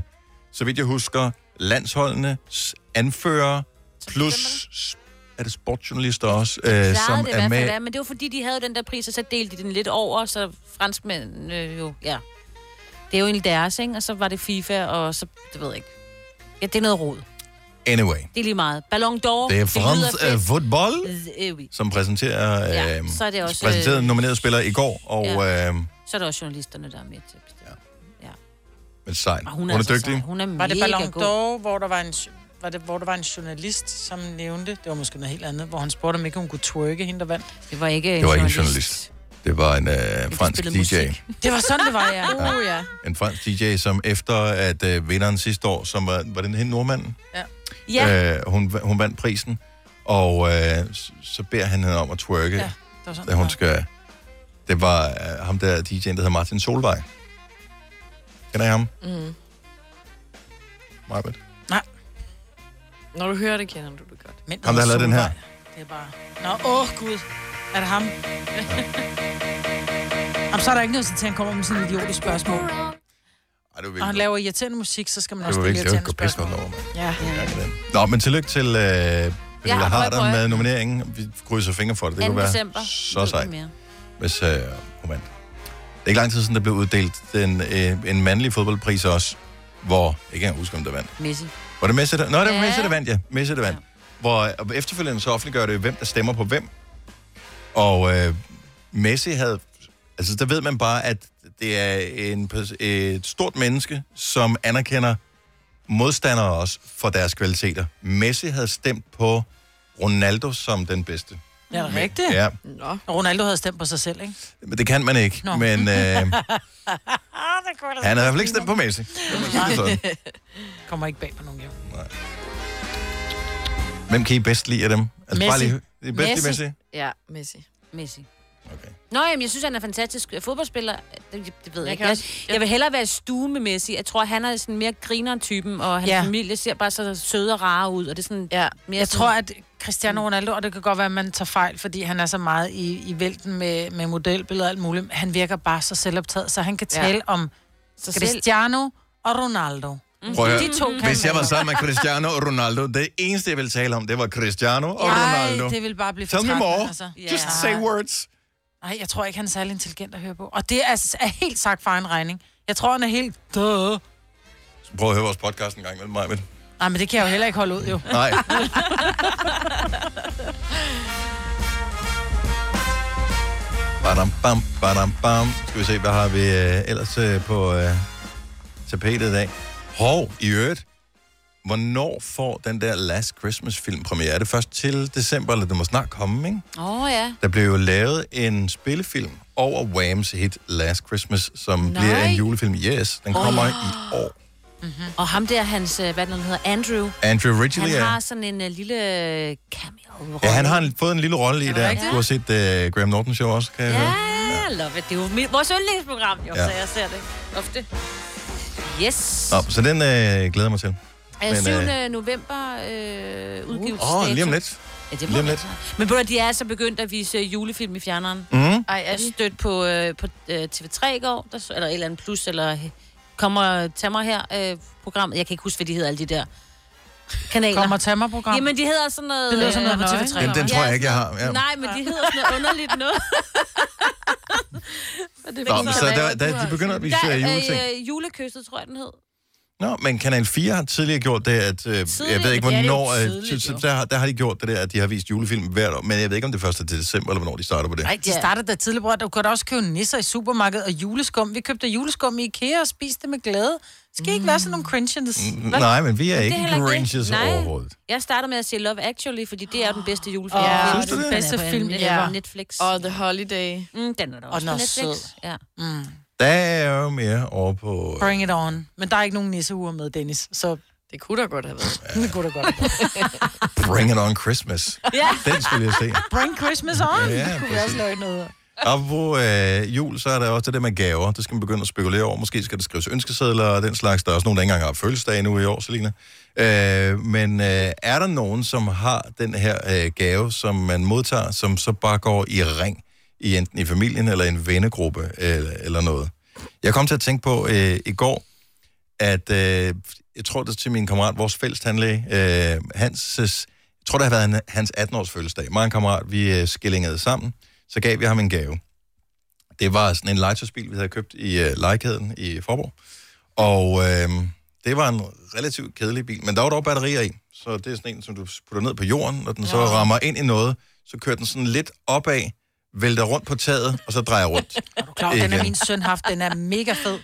så vidt jeg husker, landsholdenes anfører plus s- er det sportsjournalister også, øh, som
det i
er
hvert
med.
fald, ja, men det var fordi, de havde jo den der pris, og så delte de den lidt over, så franskmænd øh, jo, ja. Det er jo egentlig deres, ikke? Og så var det FIFA, og så, det ved jeg ikke. Ja, det er noget rod.
Anyway,
Det er lige meget. Ballon d'Or.
det er
lyder
France
fedt.
øh, Football,
Øh, oui.
som præsenterer, øh,
Ja, så er det også, øh,
præsenterede nominerede spillere i går, og
ja.
ja. øh,
Så er der også journalisterne, der er med til at bestemme.
men sejt.
Og
Hun
hun
er,
er
hun er
altså
dygtig.
sej. Hun er
Var det
mega
Ballon
god.
d'Or, hvor der var en var det, hvor der var en journalist, som nævnte, det var måske noget helt andet, hvor han spurgte, om ikke hun kunne twerke hende, der vandt.
Det var ikke
Det var ikke en journalist. Det var en øh, fransk DJ.
Det var sådan, det var, ja. Uh, ja.
En fransk DJ, som efter at øh, vinderen sidste år, som var, var den hende nordmanden,
ja.
øh, hun, hun vandt prisen, og øh, s- så beder han hende om at twerke,
Ja,
ja,
det var sådan,
da hun skal... Det var øh, ham der DJ'en, der hedder Martin Solvej. Kender I ham?
Mm.
Marbet?
Når du hører det, kender du det godt.
Men
Ham, der har lavet den her.
Det er bare... Nå, åh oh, gud. Er det ham? Jamen, så er der ikke noget til, at han kommer med sådan et idiotisk spørgsmål.
Ej, det
Når han laver irriterende musik, så skal man
Det
også
var
stille
virkelig, det var
irriterende
ikke pisse godt over.
Ja.
Nå, men tillykke til øh, Pernille
Ja, og prøv,
ja, Harder
prøv.
med nomineringen. Vi krydser fingre for det. Det
2.
kunne være
december.
så sejt, hvis øh, hun vandt. Det er ikke lang tid siden, der blev uddelt den, øh, en mandlig fodboldpris også, hvor, jeg kan ikke engang huske, om der vandt.
Messi.
Var det Messi, der, nå, det var
Ja.
ja. Messi, der vandt, ja. Messi, der vandt. Ja. Hvor øh, og efterfølgende så offentliggør det, hvem der stemmer på hvem. Og øh, Messi havde... Altså, der ved man bare, at det er en, pers- et stort menneske, som anerkender modstandere også for deres kvaliteter. Messi havde stemt på Ronaldo som den bedste.
Ja, det er rigtigt.
Ja.
Nå. Og Ronaldo havde stemt på sig selv, ikke?
Men det kan man ikke.
Nå.
Nå. Men øh, han
Han
havde i hvert fald ikke stemt på Messi. Det må jeg sige sådan.
Kommer ikke bag på nogen, jo.
Hvem kan I bedst lide af dem? Altså, Bare lige, det er bedst Messi. Messi.
Ja, Messi.
Messi. Nå, jamen, jeg synes, han er fantastisk Øh, fodboldspiller. øh, Det, det ved jeg,
Jeg
ikke.
kan
Jeg,
også-
jeg, vil hellere være i stue med Messi. Jeg tror, han er sådan mere grineren-typen, og hans
Ja.
ja. familie ser bare så søde og rare ud, og det er sådan
ja.
mere
Jeg
sådan,
tror, at Cristiano Ronaldo, og det kan godt være, at man tager fejl, fordi han er så meget i, i vælten med, med modelbilleder og alt muligt. Han virker bare så selvoptaget, så han kan
Ja.
tale ja. om
Sig selv.
Cristiano og Ronaldo.
Prøv at,
Mm. De to
høre,
kan
hvis jeg var
noget.
sammen med Cristiano og Ronaldo, det eneste, jeg ville tale om, det var Cristiano og
Ej,
Ronaldo.
det ville bare blive for
Tell me
trættende,
more.
altså.
Just
Ja.
say words.
Nej, jeg tror ikke, han er særlig intelligent at høre på. Og det er, er helt sagt for en regning. Jeg tror, han er helt død.
Prøv at høre vores podcast en gang med mig. Men...
Nej, men det kan jeg jo heller ikke holde ud, jo.
Nej. Badam, bam, badam, bam. Skal vi se, hvad har vi øh, ellers øh, på øh, tapetet i dag? Hov, i øvrigt. Hvornår får den der Last Christmas-film premiere? Er det først til december, eller den må snart komme, ikke?
Åh, oh, ja.
Der blev jo lavet en spillefilm over Whams hit Last Christmas, som
Nej.
Nej. bliver en julefilm. Yes, den kommer
Åh.
oh. i år.
Mm-hmm. Og ham der, hans, øh, hvad den hedder, Andrew.
Andrew Ridgely
Han
er...
har sådan en uh, lille øh, cameo
Ja, han har en- fået en lille rolle
Er
i det
det
der.
rigtigt?
Du har set uh, Graham Norton Show også, kan jeg høre.
Ja, Ah, love it. Det er jo mit, vores yndlingsprogram, jo, ja.
Ja.
så jeg ser det ofte. Yes.
Nå, så den øh, glæder jeg mig til.
Men,
Men,
7.
øh,
november øh, udgives
Åh, oh, lige om lidt.
Ja, det må
lige
man
om lidt.
Men på de er så begyndt at vise øh, julefilm i fjerneren.
Mhm. Ej,
Ej, jeg stødte på, øh, på øh, TV3 i går, der, så- eller et eller andet plus, eller øh, kommer og tag mig her øh, programmet. Jeg kan ikke huske, hvad de hedder, alle de der kanaler.
Kommer og tag mig program.
Jamen, de hedder sådan noget...
Det lyder som
øh,
noget på TV3.
Den, den tror jeg ikke, jeg har. Ja.
Nej, men de hedder sådan noget underligt noget. Og det
Nå,
viser
men så
sig,
der-
at
der-
du har-
de begynder at vise,
Der,
øh, juleting.
øh, julekysset, tror jeg, den hed.
Nå, men Kanal 4 har tidligere gjort det, at... Øh, jeg ved ikke,
Ja, det er jo
hvornår... Øh,
tidligt,
så-
jo.
så der, har- der har de gjort det der, at de har vist julefilm hvert år. Men jeg ved ikke, om det er 1. til december, eller hvornår de starter på det.
Nej, de startede da tidligere, bror. Du kunne da også købe nisser i supermarkedet og juleskum. Vi købte juleskum i IKEA og spiste det med glæde. Skal I ikke være sådan nogle cringes?
Mm, nej, men vi er
Men det
ikke
heller det.
grinches
Nej.
overhovedet.
Jeg starter med at se Love Actually, fordi det er den bedste julefilm.
Ja,
Det er
Synes du
den
det?
bedste
Den er på
film
en-
ever.
ja.
Netflix.
Og The Holiday.
Mm, den er der
Og
også
den er
på Netflix.
sød.
Ja.
Mm.
Der er jo mere over på...
Bring it on. Men der er ikke nogen nisseure med, Dennis. Så det kunne da godt have været. Det kunne da godt have
Bring it on Christmas.
Ja.
Den skulle jeg se.
været. Bring Christmas on.
Ja,
det kunne vi
præcis.
også lave noget. af.
Apropos øh, jul, så er der også det der med gaver. Det skal man begynde at spekulere over. Måske skal der skrives ønskesedler og den slags. Der er også nogen, der ikke engang har fødselsdag nu i år, Selina. Øh, men øh, er der nogen, som har den her øh, gave, som man modtager, som så bare går i ring, i enten i familien eller en vennegruppe eller, eller noget? Jeg kom til at tænke på øh, i går, at øh, jeg tror det er til min kammerat, vores fælles tandlæge, øh, hans, øh, jeg tror det har været han- hans 18-års fødselsdag. Mig og en kammerat, vi øh, skillingede sammen, så gav vi ham en gave. Det var sådan en legetøjsbil, vi havde købt i øh, legekæden i Forborg. Og øh, det var en relativt kedelig bil, men der var dog batterier i. Så det er sådan en, som du putter ned på jorden, og den så rammer ind i noget, så kører den sådan lidt opad, vælter rundt på taget, og så drejer rundt.
Er du klar, over, den er
Igen.
min søn haft. Den er mega fed.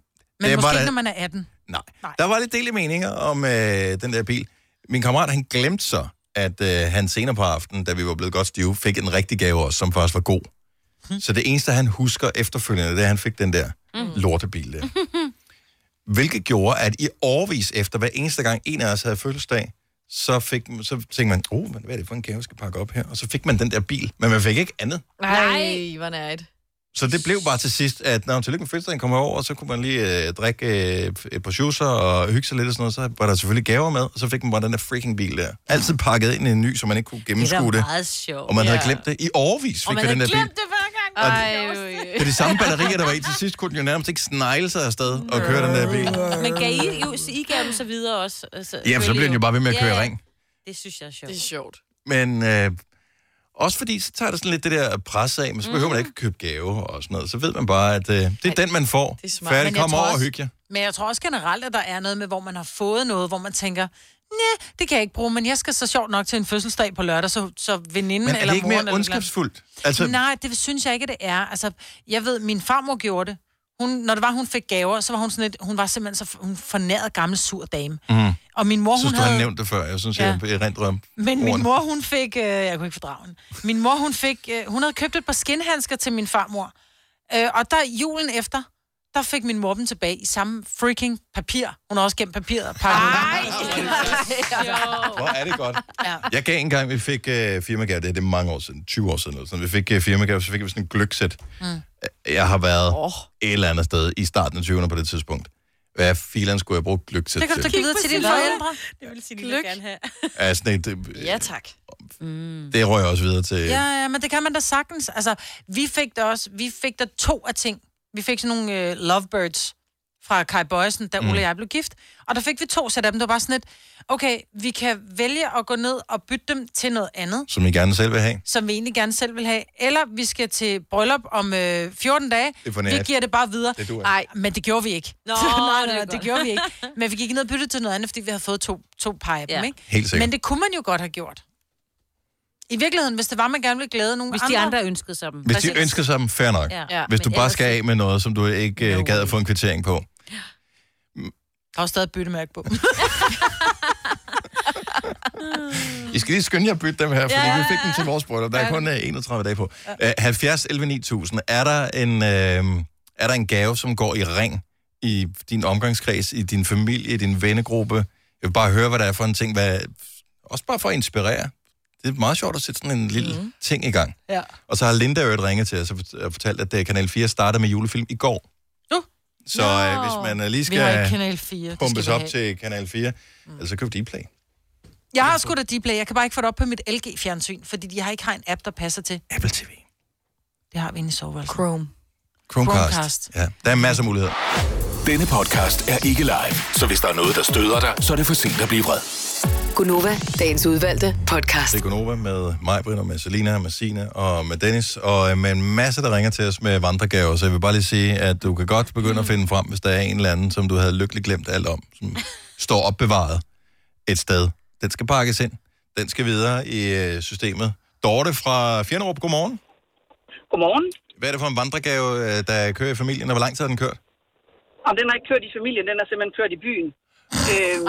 Men
det
måske
var
ikke,
da-
når man er 18.
Nej. Der var lidt delte meninger om øh, den der bil. Min kammerat, han glemte så, at øh, han senere på aftenen, da vi var blevet godt stive, fik en rigtig gave også, som faktisk var god. Så det eneste, han husker efterfølgende, det er, at han fik den der
Mhm.
lortebil øh, der. Hvilket gjorde, at i årvis efter, hver eneste gang en af os havde fødselsdag, så, fik, så tænkte man, oh, men hvad er det for en gave, jeg skal pakke op her? Og så fik man den der bil, men man fik ikke andet.
Nej, hvor nært.
Så det blev bare til sidst, at når tillykke med fødselsdagen kommer over, og så kunne man lige øh, drikke øh, et par juicer og hygge sig lidt og sådan noget, så var der selvfølgelig gaver med, og så fik man bare den der freaking bil der. Altid pakket ind i en ny, så man ikke kunne gennemskue det.
meget
Altså,
sjovt.
Og man havde
Ja.
glemt det i årvis,
Og
fik
man
vi den
havde
der bil.
glemt det hver gang.
På de samme batterier, der var i til sidst, kunne den jo nærmest ikke snegle sig afsted og køre den der bil.
Men gav I, jo, så I gav dem så videre også. Altså,
Jamen, så bliver den jo bare ved med at køre i ring.
Det synes jeg er sjovt. Det er
sjovt.
Men øh, også fordi, så tager det sådan lidt det der pres af, men
Mm.
så behøver man ikke købe gave og sådan noget. Så ved man bare, at øh, det er den, man får.
Det er smart.
Færdig,
Men jeg
kom
tror
over og
også-
hygge jer.
Men jeg tror også generelt, at der er noget med, hvor man har fået noget, hvor man tænker, nej, det kan jeg ikke bruge, men jeg skal så sjovt nok til en fødselsdag på lørdag, så, så veninden
Men er
eller
det ikke
moren
mere
eller
ondskabsfuldt?
Altså...
Altså,
Nej, det synes jeg ikke, det er. Altså, jeg ved, min farmor gjorde det. Hun, når det var, hun fik gaver, så var hun sådan lidt, hun var simpelthen så hun fornærede gammel sur dame.
Mm.
Og min mor,
jeg synes,
hun
du havde
havde-
nævnt det før. Jeg synes,
Ja.
jeg erindrer om
Men min
ordene.
mor, hun fik... Øh, jeg kunne ikke fordrage hende. Min mor, hun fik... Øh, hun havde købt et par skinhandsker til min farmor. Øh, og der julen efter, der fik min mor dem tilbage i samme freaking papir. Hun har også gemt papiret og pakket.
Hvor er det godt.
Ja.
Jeg gav engang, vi fik øh, firmagave, det er det mange år siden, 20 år siden, eller sådan. vi fik øh, firmagave, så fik vi sådan en gløksæt.
Mm.
Jeg har været oh. et eller andet sted i starten af 20'erne på det tidspunkt. Hvad filan skulle jeg bruge gløksæt
Det kan du da
til?
give videre til dine
Gløgg.
forældre.
Det vil sige, de vil gerne have.
Ja, sådan et, det,
Ja, tak.
det røg jeg også videre til.
Mm. Ja, ja, men det kan man da sagtens. Altså, vi fik da også... Vi fik da to af ting. Vi fik sådan nogle øh, lovebirds fra Kai Bøjsen, da Ole
Mm.
og jeg blev gift. Og der fik vi to sæt af dem. Det var bare sådan lidt, okay, vi kan vælge at gå ned og bytte dem til noget andet.
Som I gerne selv vil have.
som vi egentlig gerne selv vil have. Eller vi skal til bryllup om øh, 14 dage.
Det er for
vi
nært.
giver det bare videre.
Det duer ikke.
Nej, men det gjorde vi ikke.
Nå,
nej,
det
nej,
er
nej, det
godt.
gjorde vi ikke. Men vi gik ned og byttede til noget andet, fordi vi havde fået to, to par af dem,
Ja.
ikke?
Helt sikkert.
Men det kunne man jo godt have gjort. I virkeligheden, hvis det var, man gerne ville glæde nogle
Hvis
andre.
de andre ønskede sig dem.
Hvis de ønsker sig dem, fair nok.
Ja.
Ja.
Ja,
Hvis
men
du bare
ellers- Mm.
skal af med noget, som du ikke øh, gad at få en kvittering på.
Der var stadig et byttemærke på.
I skal lige skynde jer at bytte dem her, fordi
Ja.
vi fik dem til vores bryllup. Der er
Ja.
kun øh, 31 dage på. Øh, 70 11 9000. Er der, en, øh, er der en gave, som går i ring i din omgangskreds, i din familie, i din vennegruppe? Jeg vil bare høre, hvad der er for en ting. Hvad, også bare for at inspirere. Det er meget sjovt at sætte sådan en lille mm. ting i gang.
Ja.
Og så har Linda øvrigt ringet til os og fort- og fortalt, at øh, Kanal 4 starter med julefilm i går.
Nu?
Så øh, hvis man øh, lige
Uh. Vi har
skal
ikke Kanal 4. Det
pumpes
skal vi
op
have.
til Kanal 4, mm. eller så køb D-Play.
Jeg har sgu da Dplay. Jeg kan bare ikke få det op på mit LG-fjernsyn, fordi jeg har ikke har en app, der passer til.
Apple TV.
Det har vi inde i soveværelset. Chrome.
Chromecast.
Chromecast.
Ja, der er masser af muligheder.
Denne podcast er ikke live, så hvis der er noget, der støder dig, så er det for sent at blive vred.
Gunova, dagens udvalgte podcast.
Det er Gunova med mig, Britt, og med Selina, og med Sine og med Dennis, og øh, med en masse, der ringer til os med vandregaver, så jeg vil bare lige sige, at du kan godt begynde at finde frem, hvis der er en eller anden, som du havde lykkeligt glemt alt om, som står opbevaret et sted. Den skal pakkes ind. Den skal videre i øh, systemet. Dorte fra Fjernerup, godmorgen.
Godmorgen.
Hvad er det for en vandregave, øh, der kører i familien, og hvor lang tid har den kørt?
Og den har ikke kørt i familien, den er simpelthen kørt i byen. Øhm,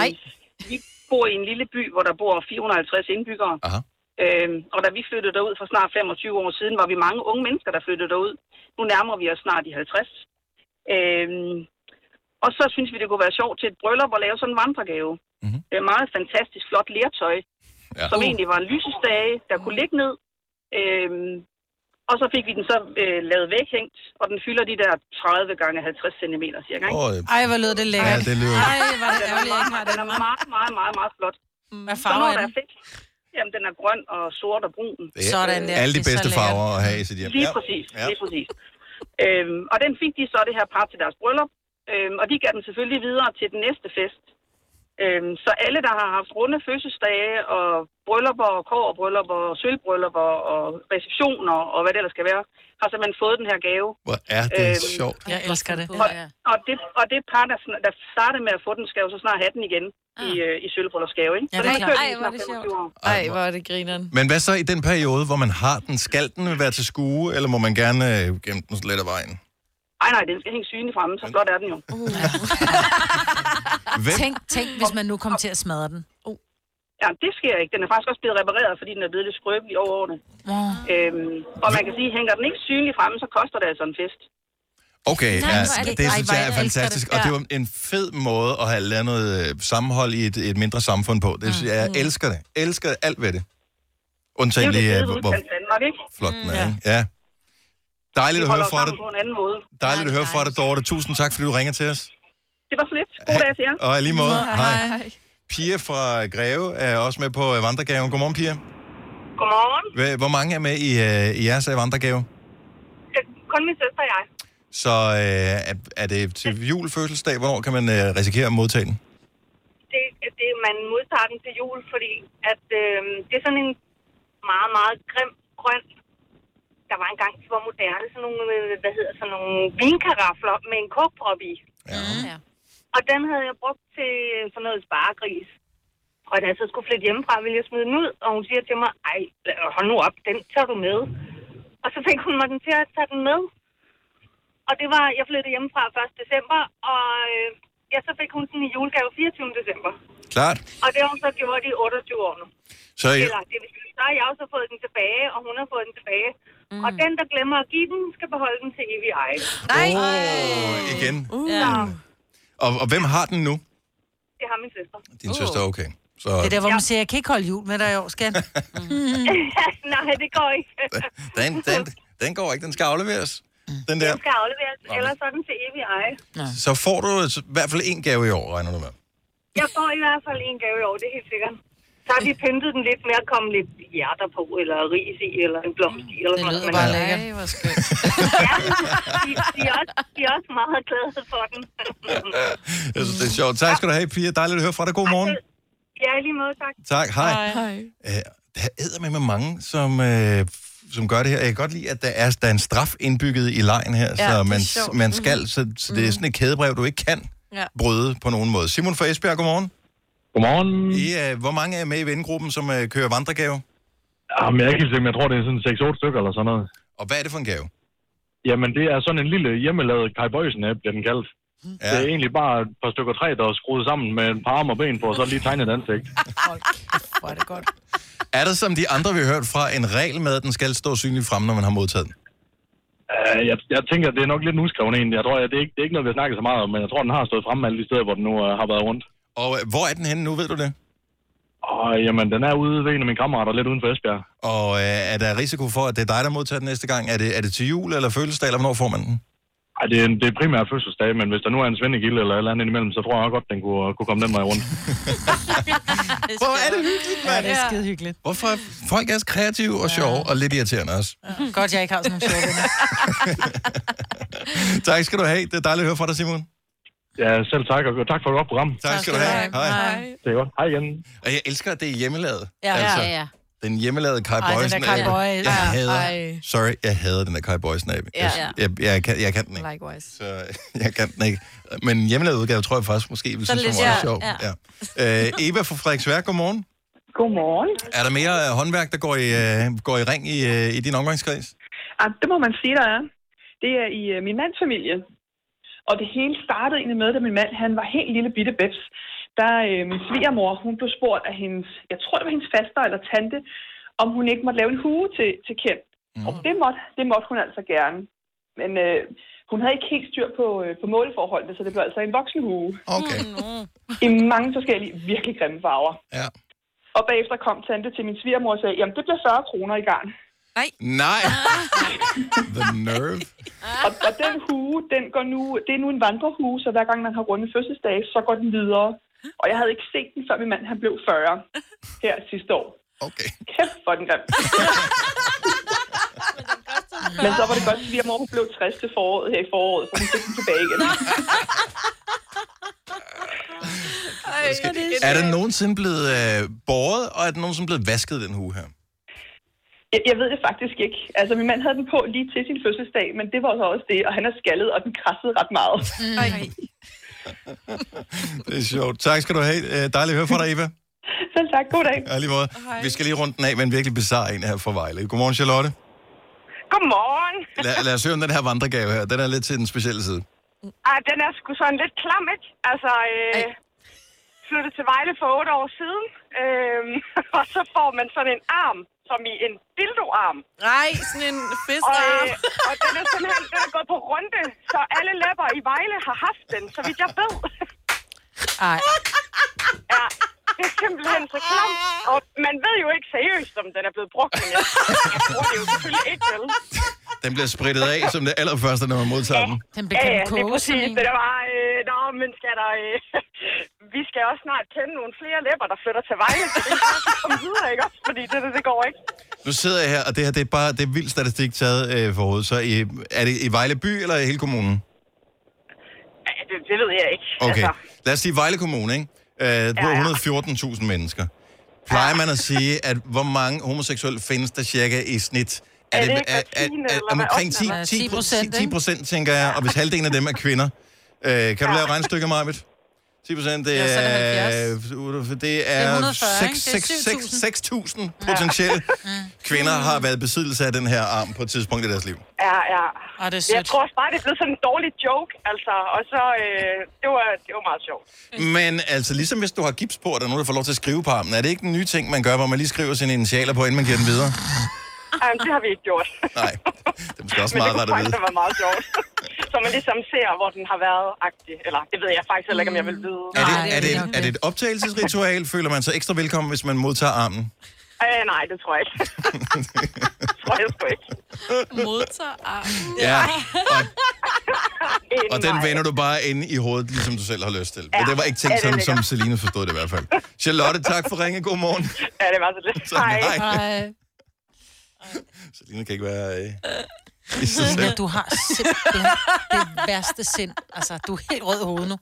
vi bor i en lille by, hvor der bor 450 indbyggere.
Aha.
Øhm, og da vi flyttede derud for snart 25 år siden, var vi mange unge mennesker, der flyttede derud. Nu nærmer vi os snart de 50. Øhm, og så synes vi, det kunne være sjovt til et bryllup at lave sådan en vandregave. Mm-hmm. Det er meget fantastisk flot lertøj, ja. som egentlig var en lysestage, der kunne ligge ned. Øhm, og så fik vi den så øh, lavet væghængt, og den fylder de der 30 gange 50 cm cirka. Ikke?
Åh,
Ej, hvor lød det lækkert.
Ja, det lyder-
Ej, hvor er det
Den er
ærgerligt, jeg ikke har
meget,
det.
den er meget, meget, meget, meget flot.
Hvad
Så
farve
når
er
der
den?
fest, Jamen, den er grøn og sort og brun.
Det er alle de bedste farver at have i sit hjem.
Lige præcis,
Ja.
lige præcis. Øhm, og den fik de så det her par til deres bryllup, øhm, og de gav den selvfølgelig videre til den næste fest. Øhm, så alle, der har haft runde fødselsdage og bryllupper og kår og bryllupper og sølvbryllupper og receptioner og hvad det ellers skal være, har simpelthen fået den her gave.
Hvor er det
Øhm,
sjovt.
Jeg elsker det.
Og, og, det, og det par, der, sn- der startede med at få den, skal jo så snart have den igen i, øh, i sølvbryllupsgave, ikke?
Ah. Ja,
så
det er
har
klart. Ej,
kørt i
hvor er det
snart
sjovt.
25 år.
Ej, hvor er det grineren.
Men hvad så i den periode, hvor man har den? Skal den være til skue, eller må man gerne øh, gemme den slet af vejen?
Ej, nej, den skal hænge synlig fremme, så flot er den jo.
Uh.
Hvem?
Tænk, tænk, hvis man nu kom til at smadre den.
Ja, det sker ikke. Den er faktisk også blevet repareret, fordi den er blevet lidt skrøbelig over årene. Øhm, og man kan sige, hænger den ikke synlig fremme, så koster det altså en fest.
Okay,
Nej,
ja,
hvor er
det,
det-
det
Ej,
synes
hvor
jeg
jeg elsker det.
er fantastisk. Og det var en fed måde at have landet øh, sammenhold i et, et mindre samfund på. Det, mm. Jeg elsker det. Elsker alt ved det. Undtagen
det
lige,
er
øh,
jo
hvor,
det
hvor
fede Danmark, ikke?
flot den
Mm.
er. ikke? Mm, Ja. Dejligt at høre fra dig.
på en anden måde.
Dejligt at høre fra dig, Dorte. Tusind tak, fordi du ringer til os.
Det var så lidt. God dag til jer.
Og i lige måde. Hej. Pia fra Greve er også med på øh, vandregaven. Godmorgen, Pia.
Godmorgen.
Hva- Hvor mange er med i, øh, i jeres øh, vandregave?
Kun min søster og jeg.
Så øh, er, er det til jul, fødselsdag? Hvornår kan man øh, risikere at modtage den?
Det, det, man modtager den til jul, fordi at, øh, det er sådan en meget, meget grim grøn. Der var engang, de var moderne, sådan nogle, øh, hvad hedder, sådan nogle vinkarafler med en kogprop i. Ja. Og den havde jeg brugt til øh, sådan noget sparegris. Og da jeg så skulle flytte hjemmefra, ville jeg smide den ud, og hun siger til mig, ej, lad- hold nu op, den tager du med. Og så fik hun mig den til at tage den med. Og det var, jeg flyttede hjemmefra 1. december, og øh, ja, så fik hun den i julegave 24. december.
Klart.
Og det har hun så gjort i 28 år nu.
Så I-
Eller, det vil sige, så har jeg også fået den tilbage, og hun har fået den tilbage. Mm. Og den, der glemmer at give den, skal beholde den til evig eje.
Nej. Oh, igen.
Uh. Ja.
Og, og hvem har den nu?
Det har min søster.
Din uh. søster, okay. Så
Det er der, hvor man siger, jeg kan ikke holde jul med dig i år, skat. Mm.
Nej, det går ikke.
den, den, den går ikke, den skal afleveres.
Mm.
Den der.
Den skal afleveres, eller så er den til evig eje.
Så får du øh, i hvert fald en gave i år, regner du med.
Jeg får i hvert fald en gave i år, det er helt sikkert. Så har vi pyntet den lidt med at komme lidt hjerter på, eller ris i, eller en blomst i, eller sådan noget. Det
bare lækkert.
Ej, hvor skønt. ja, de, de, er også, de er også meget glade for den.
Jeg synes, det er sjovt. Tak skal du have, Pia. Dejligt at høre fra dig. God morgen.
ja, i lige måde, tak.
Tak, hej. Øh, der æder med med mange, som, øh, som gør det her. Jeg kan godt lide, at der er, der er en straf indbygget i lejen her,
Ja, det
så
er
man,
sjovt. Mm.
man skal, så, så det er sådan et kædebrev, du ikke kan
Ja.
bryde på nogen måde. Simon fra Esbjerg, godmorgen.
Godmorgen.
I, øh, hvor mange er med i vennegruppen, som øh, kører vandregave?
Jamen, jeg er ikke helt sikker, men jeg tror, det er sådan 6-8 stykker eller sådan noget.
Og hvad er det for en gave?
Jamen, det er sådan en lille hjemmelavet Kai Bøjsen-app, bliver den kaldt. Ja. Det er egentlig bare et par stykker træ, der er skruet sammen med et par arme og ben på, og så lige tegnet et ansigt.
Hvor er det godt.
Er der, som de andre vi har hørt fra, en regel med, at den skal stå synlig frem, når man har modtaget den?
Uh, jeg, jeg, tænker, det er nok lidt en udskreven en. Jeg tror, at det, er ikke, det er ikke noget, vi har snakket så meget om, men jeg tror, den har stået fremme alle de steder, hvor den nu uh, har været rundt.
Og øh, hvor er den henne nu, ved du det?
Og jamen, den er ude ved en af mine kammerater, lidt uden for Esbjerg.
Og øh, er der risiko for, at det er dig, der modtager den næste gang? Er det, er det til jul eller fødselsdag, eller hvornår får man den?
Ej, det, er, det er primært fødselsdag, men hvis der nu er en svendegilde eller et eller andet imellem, så tror jeg godt, den kunne, øh, kunne komme den vej rundt.
Hvor er det hyggeligt, mand.
Ja, det er skide hyggeligt.
Hvorfor er folk er så kreative og sjove, og lidt irriterende også?
Godt, jeg ikke har sådan en sjov venner.
Tak skal du have. Det er dejligt at høre fra dig, Simon.
Ja, selv tak, og tak for et godt program.
Tak skal du have. Hej. Hej.
Det er godt. Hej igen.
Og jeg elsker, at det er hjemmelavet.
Ja,
Altså,
ja, ja.
Den hjemmelavede Kai
Ej, den
Boysen.
der Kai
app.
Boy-
Jeg
Ja,
hader.
ej.
Sorry, jeg hader den der Kai Boysen app.
Ja.
Jeg, jeg, jeg, kan, jeg kan den ikke.
Likewise.
Så jeg kan den ikke. Men en hjemmelavet udgave tror jeg faktisk måske vil
Så
synes,
lidt,
det var meget
ja,
sjovt.
ja.
Ja. Øh, Eva fra Frederiksværk, godmorgen.
Godmorgen.
Er der mere øh, håndværk, der går i, øh, går i ring i, øh, i din omgangskreds?
Ah, det må man sige, der er. Det er i øh, min mands familie. Og det hele startede egentlig med, da min mand han var helt lille bitte bebs. Der øh, min svigermor, hun blev spurgt af hendes, jeg tror det var hendes faster eller tante, om hun ikke måtte lave en hue til, til Kent. Mm. Og det måtte, det måtte hun altså gerne. Men øh, hun havde ikke helt styr på, øh, på måleforholdene, så det blev altså en voksenhue.
Okay.
I mange forskellige virkelig grimme farver.
Ja.
Og bagefter kom tante til min svigermor og sagde, jamen det bliver 40 kroner i garn.
Nej. The nerve.
Og, og den hue, den går nu, det er nu en vandrehue, så hver gang man har runde fødselsdag, så går den videre. Og jeg havde ikke set den, før min mand han blev 40 her sidste år.
Okay.
Kæft for den grim. Men så var det godt, at svigermor hun blev 60 til foråret her i foråret, for hun fik den tilbage igen.
Er den nogensinde blevet øh, båret, og er den nogensinde blevet vasket, den hue her?
Jeg, jeg ved det faktisk ikke. Altså, min mand havde den på lige til sin fødselsdag, men det var så også det, og han er skaldet, og den krassede ret meget.
Det er sjovt. Tak skal du have. Øh, Dejligt at høre fra dig, Eva.
Selv tak. God dag.
Ja, lige måde. Vi skal lige runde den af med en virkelig bizarre en her fra Vejle. Godmorgen, Charlotte.
Godmorgen.
Lad, lad os høre om den her vandregave her. Den er lidt til den specielle side.
Ah, den er sgu sådan lidt klam, ikke? Altså, øh, flyttede til Vejle for otte år siden, øhm, og så får man sådan en arm, som i en dildoarm.
Nej, sådan en
fiskearm. Og, øh, og den er simpelthen den er gået på runde, så alle læpper i Vejle har haft den, så vidt jeg ved.
Ej.
Ja, det er simpelthen så klamt. Og man ved jo ikke seriøst, om den er blevet brugt, men jeg, jeg bruger det jo selvfølgelig ikke, vel?
Den bliver sprittet af som det allerførste, når man modtager den.
Den
Ja, ja, det er præcis. Det der var, øh, nå, men skal der, øh, vi skal også snart kende nogle flere læpper, der flytter til Vejle. Så det kan vi komme videre, ikke også? Fordi det, det, det går ikke.
Nu sidder jeg her, og det her det er bare det er vild statistik taget øh, for hovedet. Så i, er det i Vejle by eller i hele kommunen?
Ja, det, det ved jeg ikke. Altså,
Okay. Lad os sige Vejle Kommune, ikke? Øh, på 114.000 mennesker. Plejer man at sige, at hvor mange homoseksuelle findes der cirka i snit?
Er det
er,
ikke
er,
hver
er,
tiende,
er,
eller
er
hvad?
omkring 10,
Opnår
10,
10%,
10,
ikke?
10 procent, tænker jeg, og hvis halvdelen af dem er kvinder. Øh, kan du lave regnstykket, Marvitt? 10 procent, det
Ja, så er det
er, det
Det er
er Mm.
140, ikke?
6,
Det er
6, 6,
7.000.
6.000 potentielle kvinder har været i besiddelse af den her arm på et tidspunkt i deres liv.
Ja, ja.
Og det er
Jeg tror også bare, det er blevet sådan en dårlig joke, altså. Og så, øh, det, var, det var meget sjovt.
Men altså, ligesom hvis du har gips på, og der er nogen, der får lov til at skrive på armen, er det ikke den nye ting, man gør, hvor man lige skriver sine initialer på, inden man giver den videre?
Jamen, det har vi ikke gjort.
Nej, det er måske også
Men det
meget rart
kunne
at
faktisk
vide.
have været meget sjovt. så man ligesom ser, hvor den har været agtig. Eller det ved jeg faktisk heller ikke, om jeg vil vide.
Er det, er, det, er det et optagelsesritual? Føler man sig ekstra velkommen, hvis man modtager armen?
Øh, nej, det tror jeg ikke. tror jeg sgu ikke.
Modtager armen.
Ja,
og,
Og den vender du bare ind i hovedet, ligesom du selv har lyst til. Men det var ikke
Ja,
tænkt
det er
sådan, som
lækkert.
Celine forstod det i hvert fald. Charlotte, tak for ringe. God morgen.
Ja, det var så lidt.
Så nej. Celine kan ikke være... Øh, i sig
Men
selv.
du har simpelthen det værste sind. Altså, du er helt rød i hovedet nu.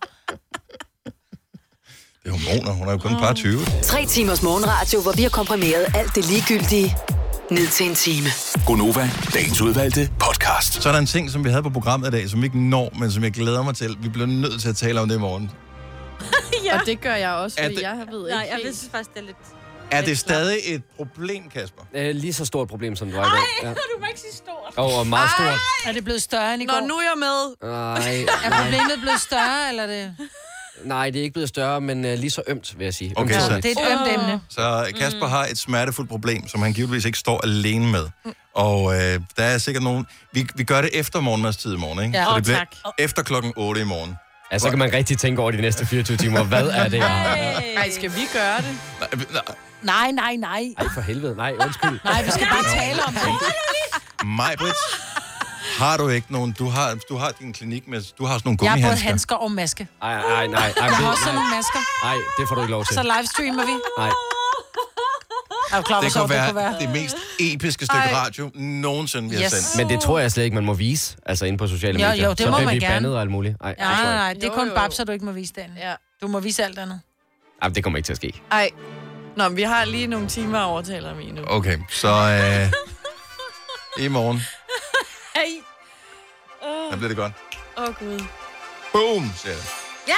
Det er hormoner. Hun er jo kun et par 20.
Tre timers morgenradio, hvor vi har komprimeret alt det ligegyldige ned til en time.
Gonova, dagens udvalgte podcast. Så er der en ting, som vi havde på programmet i dag, som vi ikke når, men som jeg glæder mig til. Vi bliver nødt til at tale om det i morgen.
ja. og det gør jeg også,
Er
fordi
det-
jeg ved ikke
Nej, jeg
helt-
synes faktisk, det er lidt...
Er det stadig et problem, Kasper?
Øh, lige så stort problem, som det var i dag. Ja.
Du må ikke sige stort.
Og, og meget stort.
Er det blevet større end i går? Nå, nu
er jeg med.
Nej,
Er
nej,
problemet blevet større, eller er det...
nej, det er ikke blevet større, men øh, lige så ømt, vil jeg sige.
Okay, så-
Ømtåligt.
Det er et ømt emne.
Så Kasper
Mm.
har et smertefuldt problem, som han givetvis ikke står alene med. Og øh, der er sikkert nogen... Vi, vi gør det efter morgenmadstid i morgen, ikke?
Ja.
så
Åh,
det bliver
tak.
efter klokken 8 i morgen.
Ja, så kan man rigtig tænke over de næste 24 timer. Hvad er det, jeg har?
Nej, skal vi gøre det?
Nej, nej, nej.
Ej, for helvede. Nej, undskyld.
Nej, vi skal bare tale om det.
Majbrit, har du ikke nogen... Du har, du har din klinik med... Du har sådan nogle
Jeg har
gummihandsker.
både handsker og maske.
Ej, ej, nej. ej,
Jeg
det-
har også sådan nogle masker.
Nej, Ej, det får du ikke lov til.
Så livestreamer vi.
Nej.
Er du klar, hvor
det
sjovt
kunne
det
være,
kunne være?
det mest episke stykke
Ej.
radio nogensinde, vi har
Yes.
sendt.
Men det tror jeg slet ikke, man må vise, altså inde på sociale
Jo,
medier.
jo, det
så
må
bliver
man
vi
gerne.
bandet og alt muligt. Ej,
Nej, nej, nej, det er
Jo,
kun
jo.
babser, du ikke må vise den.
Ja.
Du må vise alt andet.
Ej, det kommer ikke til at ske.
Ej. Nå, men vi har lige nogle timer at overtale om endnu.
Okay, så øh, i morgen,
Ej.
der bliver det godt.
Åh, oh, Gud.
Boom, siger jeg.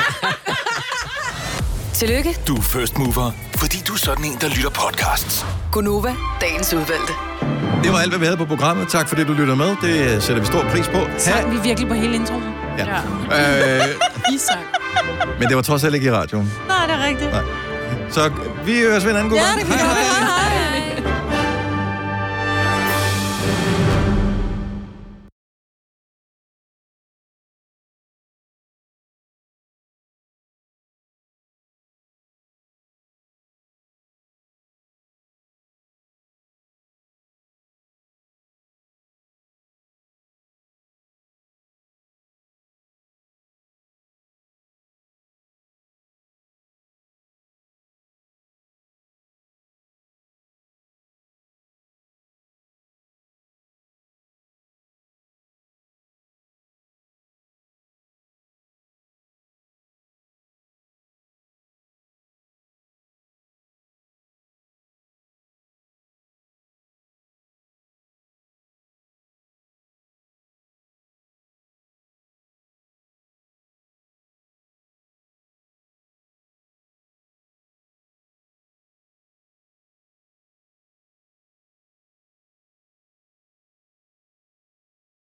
Tillykke,
Du er first mover, fordi du er sådan en, der lytter podcasts.
Gunova, dagens udvalgte.
Det var alt, hvad vi havde på programmet. Tak for det, du lytter med. Det øh, sætter vi stor pris på. Ha-
Sang vi virkelig på hele introen?
Ja. øh,
I sang.
men det var trods alt ikke i radioen.
Nej, det er rigtigt.
Så vi høres ved en anden god
Ja,
gang.
det kan vi godt. Hej.